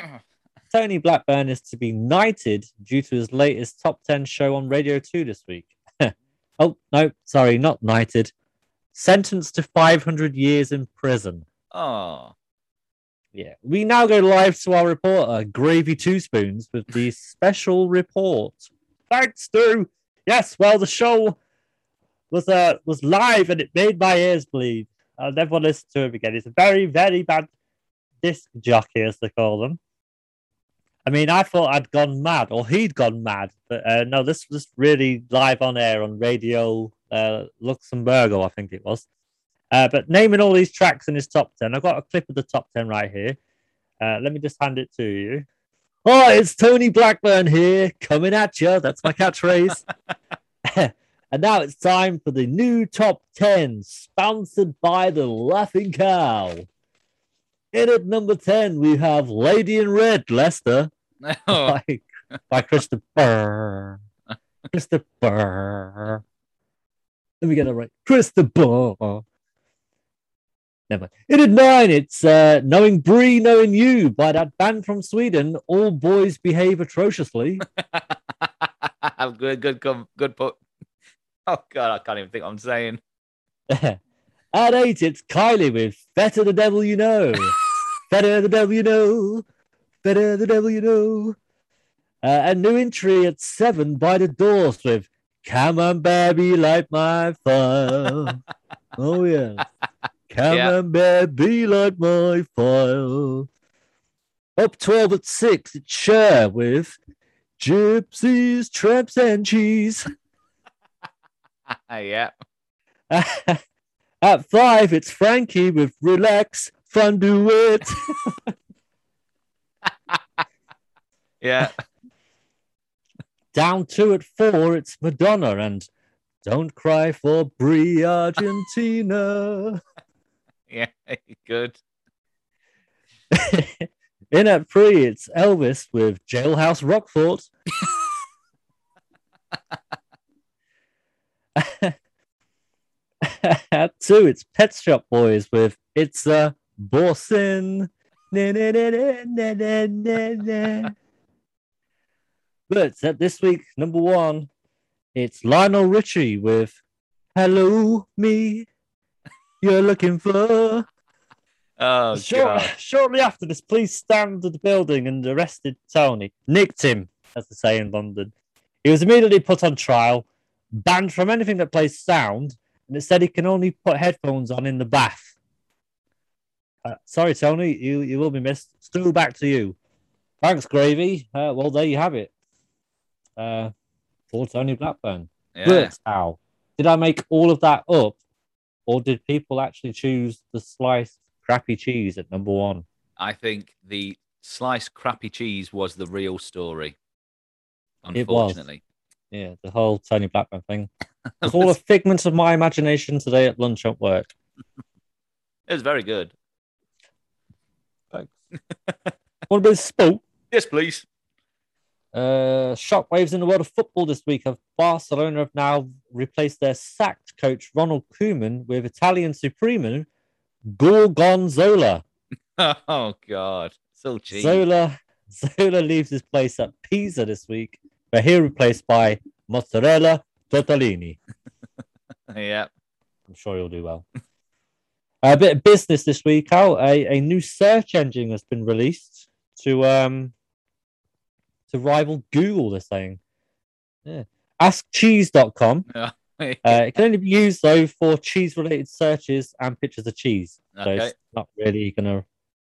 Tony Blackburn is to be knighted due to his latest top 10 show on Radio 2 this week. oh, no, sorry, not knighted. Sentenced to 500 years in prison. Oh. Yeah, we now go live to our reporter, Gravy Two Spoons, with the special report. Thanks, Stu. Yes, well, the show was uh, was live and it made my ears bleed. I'll never listen to him again. He's a very, very bad disc jockey, as they call them. I mean, I thought I'd gone mad, or he'd gone mad, but uh, no, this was really live on air on Radio uh, Luxemburgo, I think it was. Uh, but naming all these tracks in his top 10, I've got a clip of the top 10 right here. Uh, let me just hand it to you. Oh, it's Tony Blackburn here coming at you. That's my catchphrase. and now it's time for the new top 10, sponsored by the Laughing Cow. In at number 10, we have Lady in Red, Leicester, oh. by, by Christopher. Christopher. Let me get it right. Christopher. Never mind. In at nine, it's uh, Knowing Bree, Knowing You by that band from Sweden, All Boys Behave Atrociously. good, good, com- good put. Oh god, I can't even think what I'm saying. at eight, it's Kylie with Better the Devil You Know. Better the Devil You Know. Better the Devil You Know. Uh, a new entry at seven by the doors with Come on, baby, light my fire. oh, yeah. Come Yeah. on, baby, light my fire. Up 12 at six, it's Cher with Gypsies, Tramps, and Cheese. Uh, yeah. at five, it's Frankie with Relax, Fun Do It. Yeah. Down two at four, it's Madonna and Don't Cry for Brie Argentina. Yeah. Good. In at three, it's Elvis with Jailhouse Rockford. at two, it's Pet Shop Boys with It's a Borsin. Na, na, na, na, na, na, na. but at this week, number one, it's Lionel Richie with Hello Me. You're looking for Oh, Short, God. shortly after this, police stormed the building and arrested Tony. Nicked him, as they say in London. He was immediately put on trial, banned from anything that plays sound, and it said he can only put headphones on in the bath. Uh, sorry, Tony, you, you will be missed. Still back to you. Thanks, Gravy. Uh, well, there you have it. Uh, for Tony Blackburn. Yeah. But how did I make all of that up, or did people actually choose the sliced crappy cheese at number one? I think the sliced crappy cheese was the real story. It was. Unfortunately. Yeah, the whole Tony Blackman thing. It's all a figment of my imagination today at lunch at work. It was very good. What about sport? Yes, please. Uh, shockwaves in the world of football this week of Barcelona have now replaced their sacked coach Ronald Koeman with Italian supremo Gorgonzola. Oh God. So cheap. Zola Zola leaves his place at Pisa this week, where he's replaced by Mozzarella Tortellini. yeah. I'm sure he'll do well. a bit of business this week out. A, a new search engine has been released to um to rival Google. They're saying, yeah. AskCheese.com. Uh, it can only be used though for cheese-related searches and pictures of cheese. So okay. it's not really going to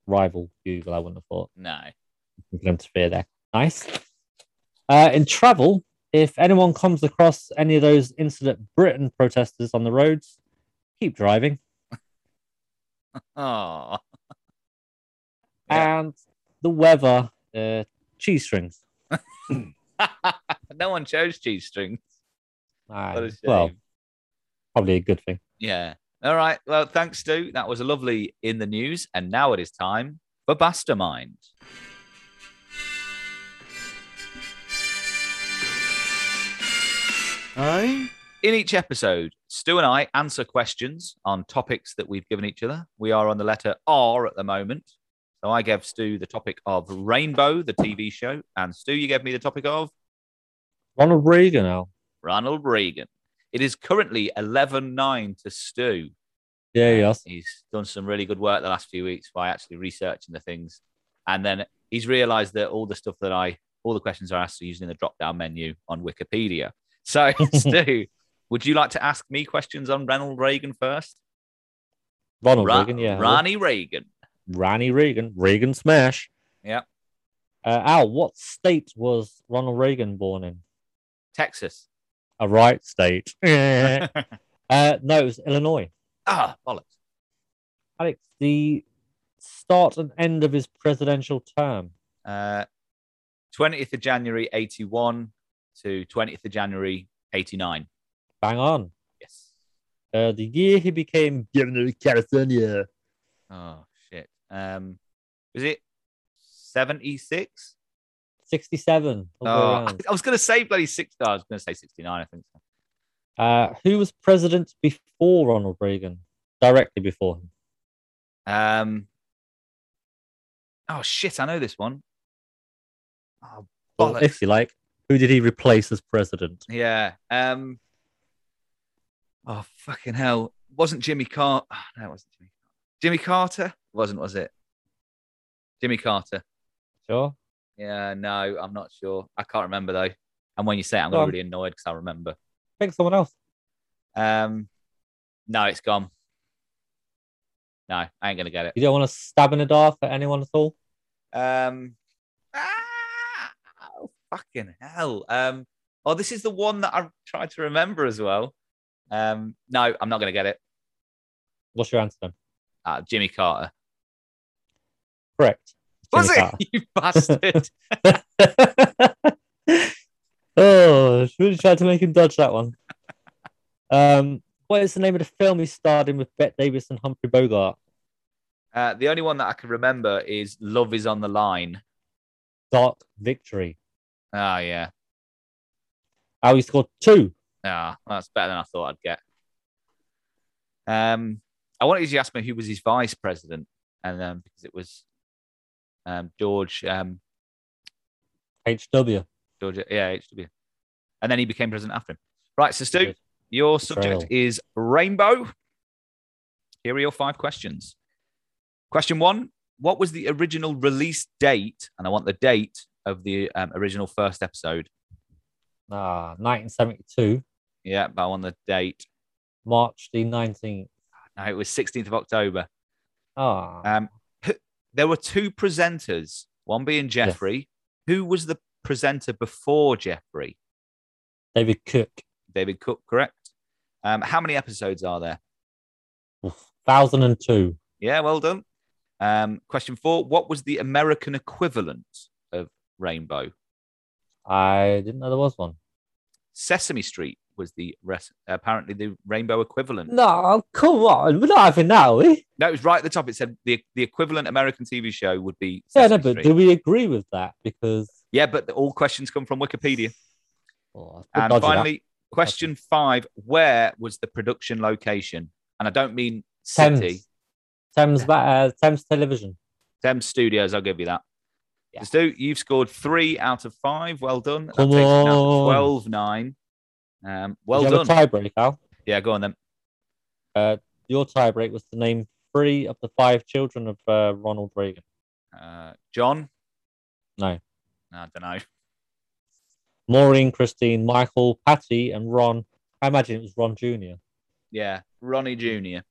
rival Google. I wouldn't have thought. No. I'm going to fear there. Nice. Uh, in travel, if anyone comes across any of those insolent Britain protesters on the roads, keep driving. Oh. Yeah. And the weather, uh, cheese strings. no one chose cheese string. Ah, What a shame. well, probably a good thing. Yeah. All right. Well, thanks, Stu. That was a lovely in the news. And now it is time for Mastermind. Aye? In each episode, Stu and I answer questions on topics that we've given each other. We are on the letter R at the moment. So I gave Stu the topic of Rainbow, the TV show. And Stu, you gave me the topic of Ronald Reagan, oh. Al. Ronald Reagan. It is currently 11 9 to Stu. Yeah, Uh, yes. He's done some really good work the last few weeks by actually researching the things. And then he's realized that all the stuff that I, all the questions are asked are using the drop down menu on Wikipedia. So, Stu, would you like to ask me questions on Ronald Reagan first? Ronald Ra- Reagan, yeah. Ronnie Reagan. Ronnie Reagan. Reagan smash. Yeah. Uh, Al, what state was Ronald Reagan born in? Texas. A right state. uh, ah, no, it was Illinois. bollocks. Alex, the start and end of his presidential term. Uh, 20th of January, 81 to 20th of January, 89. Bang on. Yes. Uh, the year he became governor of California. Oh, shit. Um, was it 76? 67. all the way Oh, I, around. I was going to say bloody six. oh, I was going to say 69, I think. So. Uh, who was president before Ronald Reagan? Directly before him. Um, oh, shit. I know this one. Oh, Or if bollocks. you like, who did he replace as president? Yeah. Um, oh, fucking hell. Wasn't Jimmy Carter. No, it wasn't Jimmy Carter. Jimmy Carter? Wasn't, was it? Jimmy Carter. Sure. Yeah, no, I'm not sure. I can't remember though. And when you say it, I'm Go gonna on. be really annoyed because I remember. Pick someone else. Um, no, it's gone. No, I ain't gonna get it. You don't want to stab in the dark at anyone at all? Um, ah, oh, fucking hell. Um, oh, this is the one that I tried to remember as well. Um, no, I'm not gonna get it. What's your answer then? Uh, Jimmy Carter. Correct. Was Jimmy it? You bastard. Carter. oh, should have tried to make him dodge that one. Um, what is the name of the film he starred in with Bette Davis and Humphrey Bogart? uh, the only one that I can remember is Love is on the line. Dark Victory. Oh yeah. How he scored two. Ah, that's better than I thought I'd get. Um, I wanted you to ask me who was his vice president, and um, because it was um, George, um, HW. George, yeah, HW, and then he became president after him. Right, so Stu, your subject Betrayal. is rainbow. Here are your five questions. Question one: What was the original release date? And I want the date of the um, original first episode. Ah, 1972, Yeah, but I want the date. March the 19th. No, it was 16th of October. Ah, Um, who- there were two presenters, one being Jeffrey. Who was the presenter before Jeffrey? David Cook. David Cook, correct? Um, how many episodes are there? 1002. Yeah, well done. Um, question four What was the American equivalent of Rainbow? I didn't know there was one. Sesame Street was the res- apparently the Rainbow equivalent. No, come on. We're not having that, are we? No, it was right at the top. It said the, the equivalent American TV show would be Yeah, Sesame no, but Street. do we agree with that? Because. yeah, but all questions come from Wikipedia. Oh, it's a bit And dodgy, that. finally, question five: Where was the production location? And I don't mean Thames. city. Thames, ba- uh, Thames Television. Thames Studios. I'll give you that. Yeah. Stu, you've scored three out of five. Well done. That Come takes us down to on. 12-9. Um, well Did you done. Have a tiebreak, Al. yeah, go on then. Your tiebreak was to name three of the five children of uh, Ronald Reagan. Uh, John. No. I don't know. Maureen, Christine, Michael, Patty, and Ron. I imagine it was Ron Jr. Yeah, Ronnie Junior.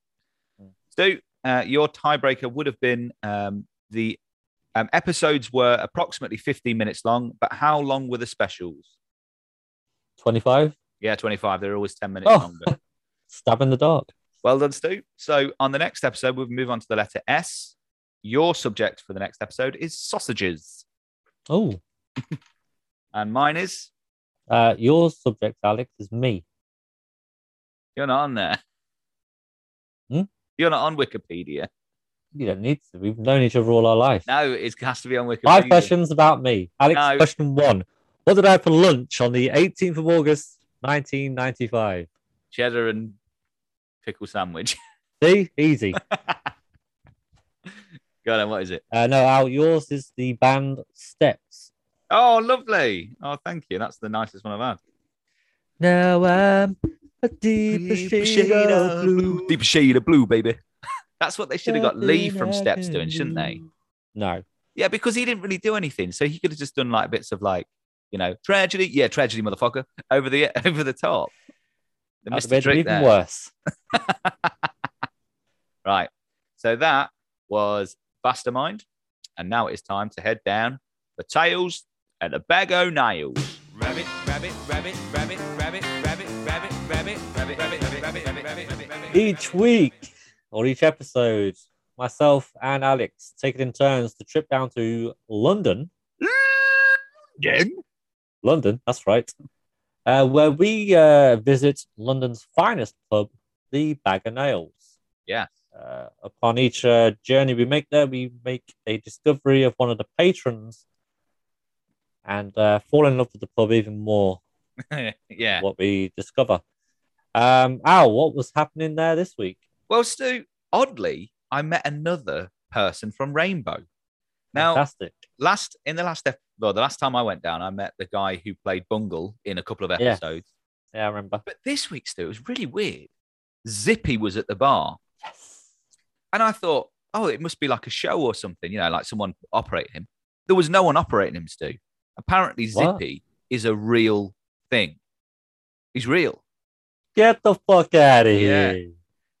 Hmm. Stu, uh, your tiebreaker would have been um, the um, episodes were approximately 15 minutes long, but how long were the specials? 25. Yeah, 25. They're always 10 minutes Oh. longer. Stab in the dark. Well done, Stu. So, on the next episode, we'll move on to the letter S. Your subject for the next episode is sausages. Oh. And mine is, Uh, your subject, Alex, is me. you're not on there. Hmm? You're not on Wikipedia. You don't need to. We've known each other all our life. No, it has to be on Wikipedia. Five questions about me. Alex, No. question one. What did I have for lunch on the 18th of August, 1995? Cheddar and pickle sandwich. See? Easy. Go on, what is it? uh, no, Al, yours is the band Steps. Oh, lovely. Oh, thank you. That's the nicest one I've had. Now I'm a deeper shade, of blue. Deep shade of blue, baby. That's what they should have got Lee Nothing from I Steps can doing, shouldn't they? do. No. Yeah, because he didn't really do anything. So he could have just done like bits of like, you know, tragedy. Yeah, tragedy, motherfucker. Over the over the top. They That missed would the have been trick even there. worse. Right. So that was Mastermind. And now it's time to head down the tails and the bag o' nails. Rabbit, rabbit, rabbit, rabbit, rabbit, rabbit, rabbit, rabbit, rabbit, rabbit, rabbit, rabbit, rabbit, rabbit. Each week or each episode, myself and Alex take it in turns to trip down to London London, that's right. Uh, where we uh, visit London's finest pub, the Bag of Nails. Yes. Uh, upon each uh, journey we make there, we make a discovery of one of the patrons and uh, fall in love with the pub even more, yeah. what we discover. Um, Al, what was happening there this week? Well, Stu, oddly, I met another person from Rainbow. Now, Fantastic. last in the last ep- well, the last time I went down, I met the guy who played Bungle in a couple of Yeah. episodes. Yeah, I remember. But this week, Stu, it was really weird. Zippy was at the bar. And I thought, oh, it must be like a show or something, you know, like someone operating him. There was no one operating him, Stu. Apparently, What? Zippy is a real thing. He's real. Get the fuck out of Yeah. here.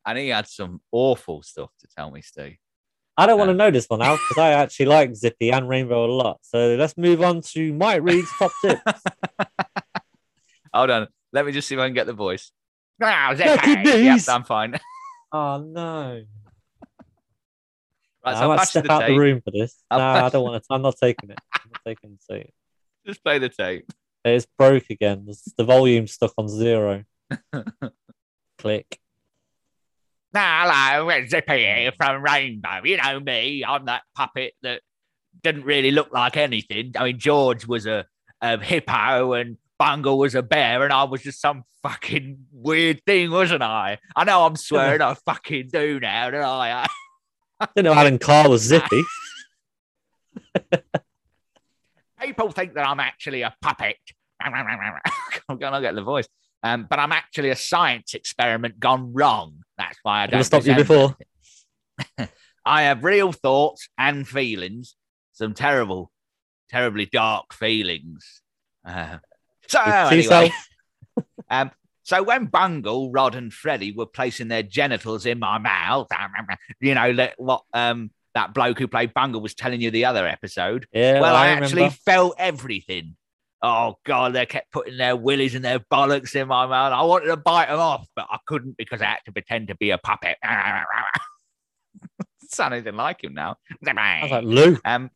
And he had some awful stuff to tell me, Stu. I don't want Uh. to know this one out because I actually like Zippy and Rainbow a lot. So let's move on to Mike Reed's top tip. Hold on. Let me just see if I can get the voice. Wow, Look at Zippy. Yep, these. I'm fine. Right, oh no! so I I'm might passing step the out the tape. room for this. I'll No, I pass- don't want to. I'm not taking it. I'm not taking the tape. Just play the tape. It's broke again. This- The volume's stuck on zero. Click. Hello, it's Zippy from Rainbow. You know me. I'm that puppet that didn't really look like anything. I mean, George was a, a hippo and Bungle was a bear, and I was just some fucking weird thing, wasn't I? I know I'm swearing I fucking do now, don't I? Uh, Didn't know Alan Carr was Zippy. People think that I'm actually a puppet. I'm gonna get the voice. Um, but I'm actually a science experiment gone wrong. That's why I I've don't stopped you resemble before. I have real thoughts and feelings, some terrible, terribly dark feelings. Uh, so, See anyway, yourself? um, so when Bungle, Rod, and Freddy were placing their genitals in my mouth, you know, that what um, that bloke who played Bungle was telling you the other episode. Yeah, well, I, I, actually remember. felt everything. Oh God, they kept putting their willies and their bollocks in my mouth. I wanted to bite them off, but I couldn't because I had to pretend to be a puppet. Sound anything like him now. I was like, Lou. Um,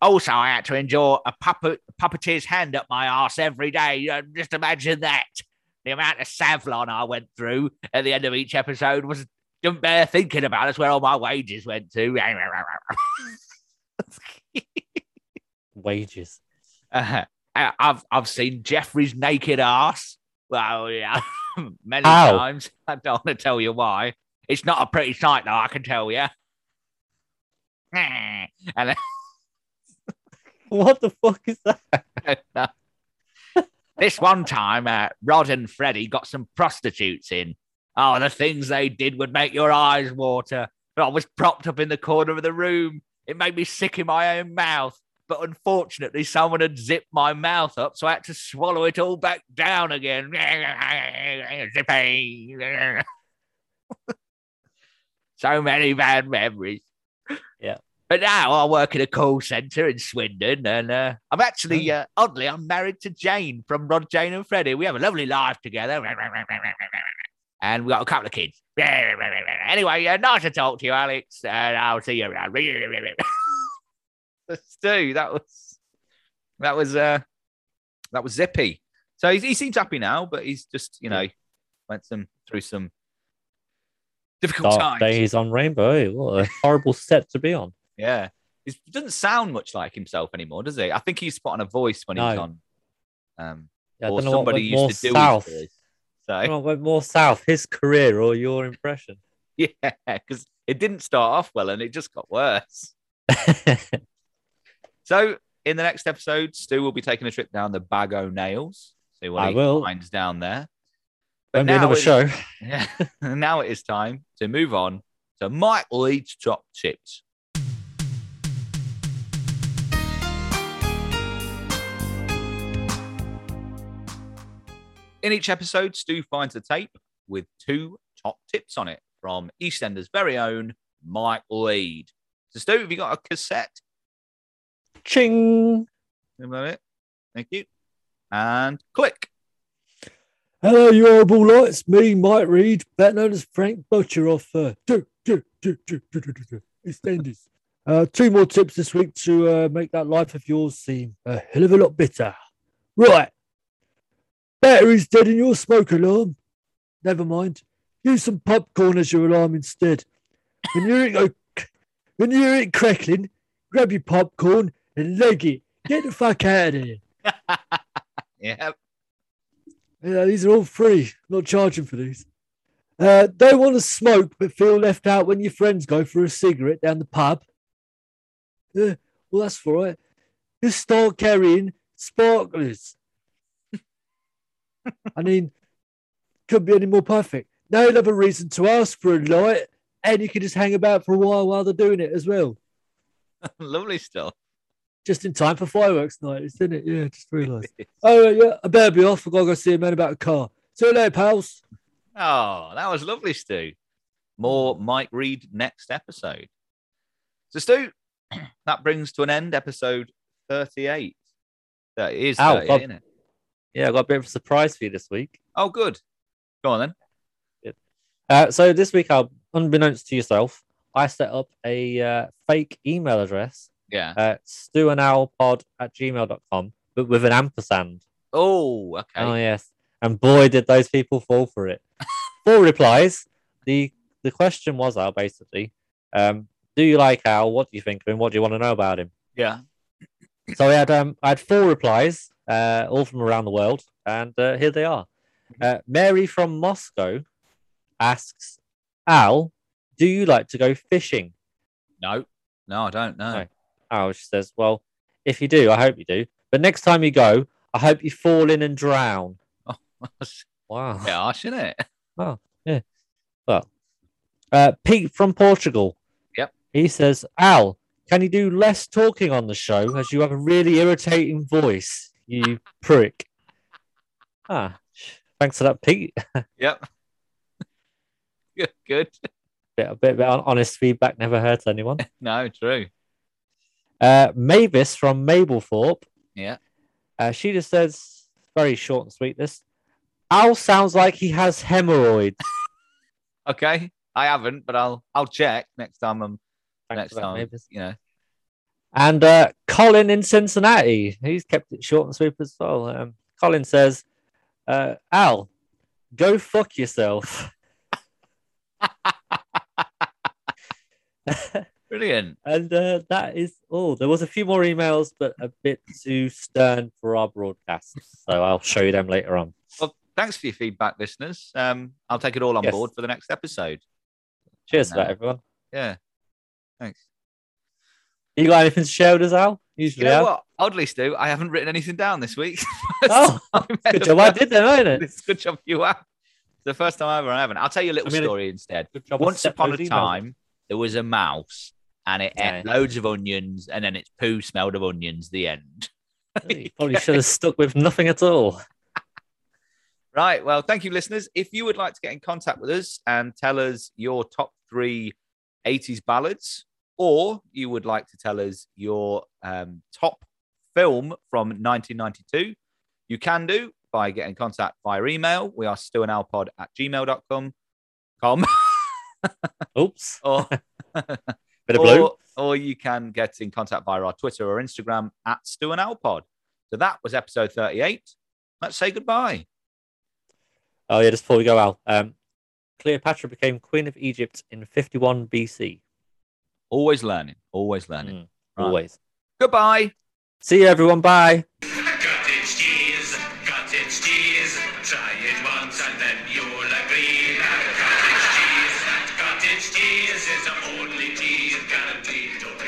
also, I had to endure a puppet puppeteer's hand up my arse every day. Uh, Just imagine that. The amount of Savlon I went through at the end of each episode was didn't bear thinking about. That's where all my wages went to. Wages. Uh, I- I've I've seen Jeffrey's naked ass. Well, yeah, many How? times. I don't want to tell you why. It's not a pretty sight, though. I can tell you. And then- What the fuck is that? this one time, uh, Rod and Freddie got some prostitutes in. Oh, the things they did would make your eyes water. I was propped up in the corner of the room. It made me sick in my own mouth. But unfortunately, someone had zipped my mouth up, so I had to swallow it all back down again. Zippy. so many bad memories. Yeah. But now I work in a call centre in Swindon, and uh, I'm actually, uh, oddly, I'm married to Jane from Rod, Jane, and Freddie. We have a lovely life together. And we got a couple of kids. Anyway, uh, nice to talk to you, Alex. And I'll see you around. Stu, that was that was uh that was zippy. So he's, he seems happy now, but he's just you know went some through some difficult Dark times. days on Rainbow. eh? What a horrible set to be on. Yeah, He's- he doesn't sound much like himself anymore, does he? I think he's put on a voice when he was No. on. Um, Yeah, I or don't know what somebody went used more to do eh? his south. voice. I don't so know what went more south. His career or your impression? yeah, because it didn't start off well and it just got worse. So in the next episode, Stu will be taking a trip down the Bago Nails. See what I he will. finds down there. Won't be another it's- show. Yeah, now it is time to move on to Mike Leeds top tips. In each episode, Stu finds a tape with two top tips on it from EastEnders' very own Mike Lead. So, Stu, have you got a cassette? Ching. Think about it. Thank you. And click. Hello, you horrible lot. It's me, Mike Reed, better known as Frank Butcher off uh, do, do, do, do, do, do, do, do. EastEnders. Uh, two more tips this week to uh, make that life of yours seem a hell of a lot better. Right. Battery's dead in your smoke alarm. Never mind. Use some popcorn as your alarm instead. When you hear it, go, when you hear it crackling, grab your popcorn and leg it. Get the fuck out of here. Yeah. Yeah, these are all free. I'm not charging for these. Uh, don't want to smoke, but feel left out when your friends go for a cigarette down the pub. Yeah, well, that's all right. Just start carrying sparklers. I mean, could be any more perfect. Now you'll have a reason to ask for a light, and you can just hang about for a while while they're doing it as well. Lovely stuff. Just in time for fireworks night, isn't it? Yeah, just realised. oh yeah, I better be off. I gotta go see a man about a car. See you later, pals. Oh, that was lovely, Stu. More Mm. Mike Reed next episode. So, Stu, that brings to an end episode 38. That is Ow, 38, Bob. isn't it? Yeah, I got a bit of a surprise for you this week. Oh, good. Go on then. Uh, so this week, I, unbeknownst to yourself, I set up a uh, fake email address, Yeah. uh, stewandowlpod at gmail.com, but with an ampersand. Oh, okay. Oh, yes. And boy, did those people fall for it. Four replies. The the question was out basically, um, do you like Al? What do you think of him? What do you want to know about him? yeah. So I had um, I had four replies, uh, all from around the world, and uh, here they are. Uh, Mary from Moscow asks, "Al, do you like to go fishing?" No. No, I don't know. No. Al she says, "Well, if you do, I hope you do. But next time you go, I hope you fall in and drown." Wow. yeah, harsh, isn't it? Uh, Pete from Portugal. Yep. He says, "Al, can you do less talking on the show as you have a really irritating voice, you prick?" Ah, thanks for that, Pete. Yep. good, good. bit, a bit, bit hon- honest feedback never hurts anyone. No, true. Uh, Mavis from Mablethorpe. Yeah. Uh, she just says, very short and sweet this. Al sounds like he has hemorrhoids. Okay. I haven't, but I'll I'll check next time I'm Thanks next for that, time. Mavis. You know. And uh, Colin in Cincinnati, he's kept it short and sweet as well. Um, Colin says, uh, Al, go fuck yourself. Brilliant. And uh, that is all. There was a few more emails, but a bit too stern for our broadcast. So I'll show you them later on. Well, thanks for your feedback, listeners. Um, I'll take it all on Yes. board for the next episode. Cheers for No. that, everyone. Yeah. Thanks. You got anything to share with us, Al? You Usually, know Al. what? Oddly, Stu, I haven't written anything down this week. Oh, good job. I did that, ain't it? It's good job you have. It's the first time I ever haven't. I'll tell you a little I mean, it- story instead. Good job. I Once set upon a those emails. time, there was a mouse and it Yeah. ate loads of onions, and then its poo smelled of onions. The end. You probably should have stuck with nothing at all. Right. Well, thank you, listeners. If you would like to get in contact with us and tell us your top three 80s ballads, or you would like to tell us your um, top film from 1992, you can do by getting in contact via email. We are stewandalpod at gmail.com. Com, Oops, or, bit of blue. or, or you can get in contact via our Twitter or Instagram at stewandalpod. So that was episode 38. Let's say goodbye. Oh yeah, just before we go, Al. Um, Cleopatra became queen of Egypt in 51 BC. Always learning, always learning. Mm, Right. Always. Goodbye. See you, everyone. Bye. Cottage cheese, cottage cheese. Try it once and then you'll agree that cottage cheese, cottage cheese is the only cheese guaranteed to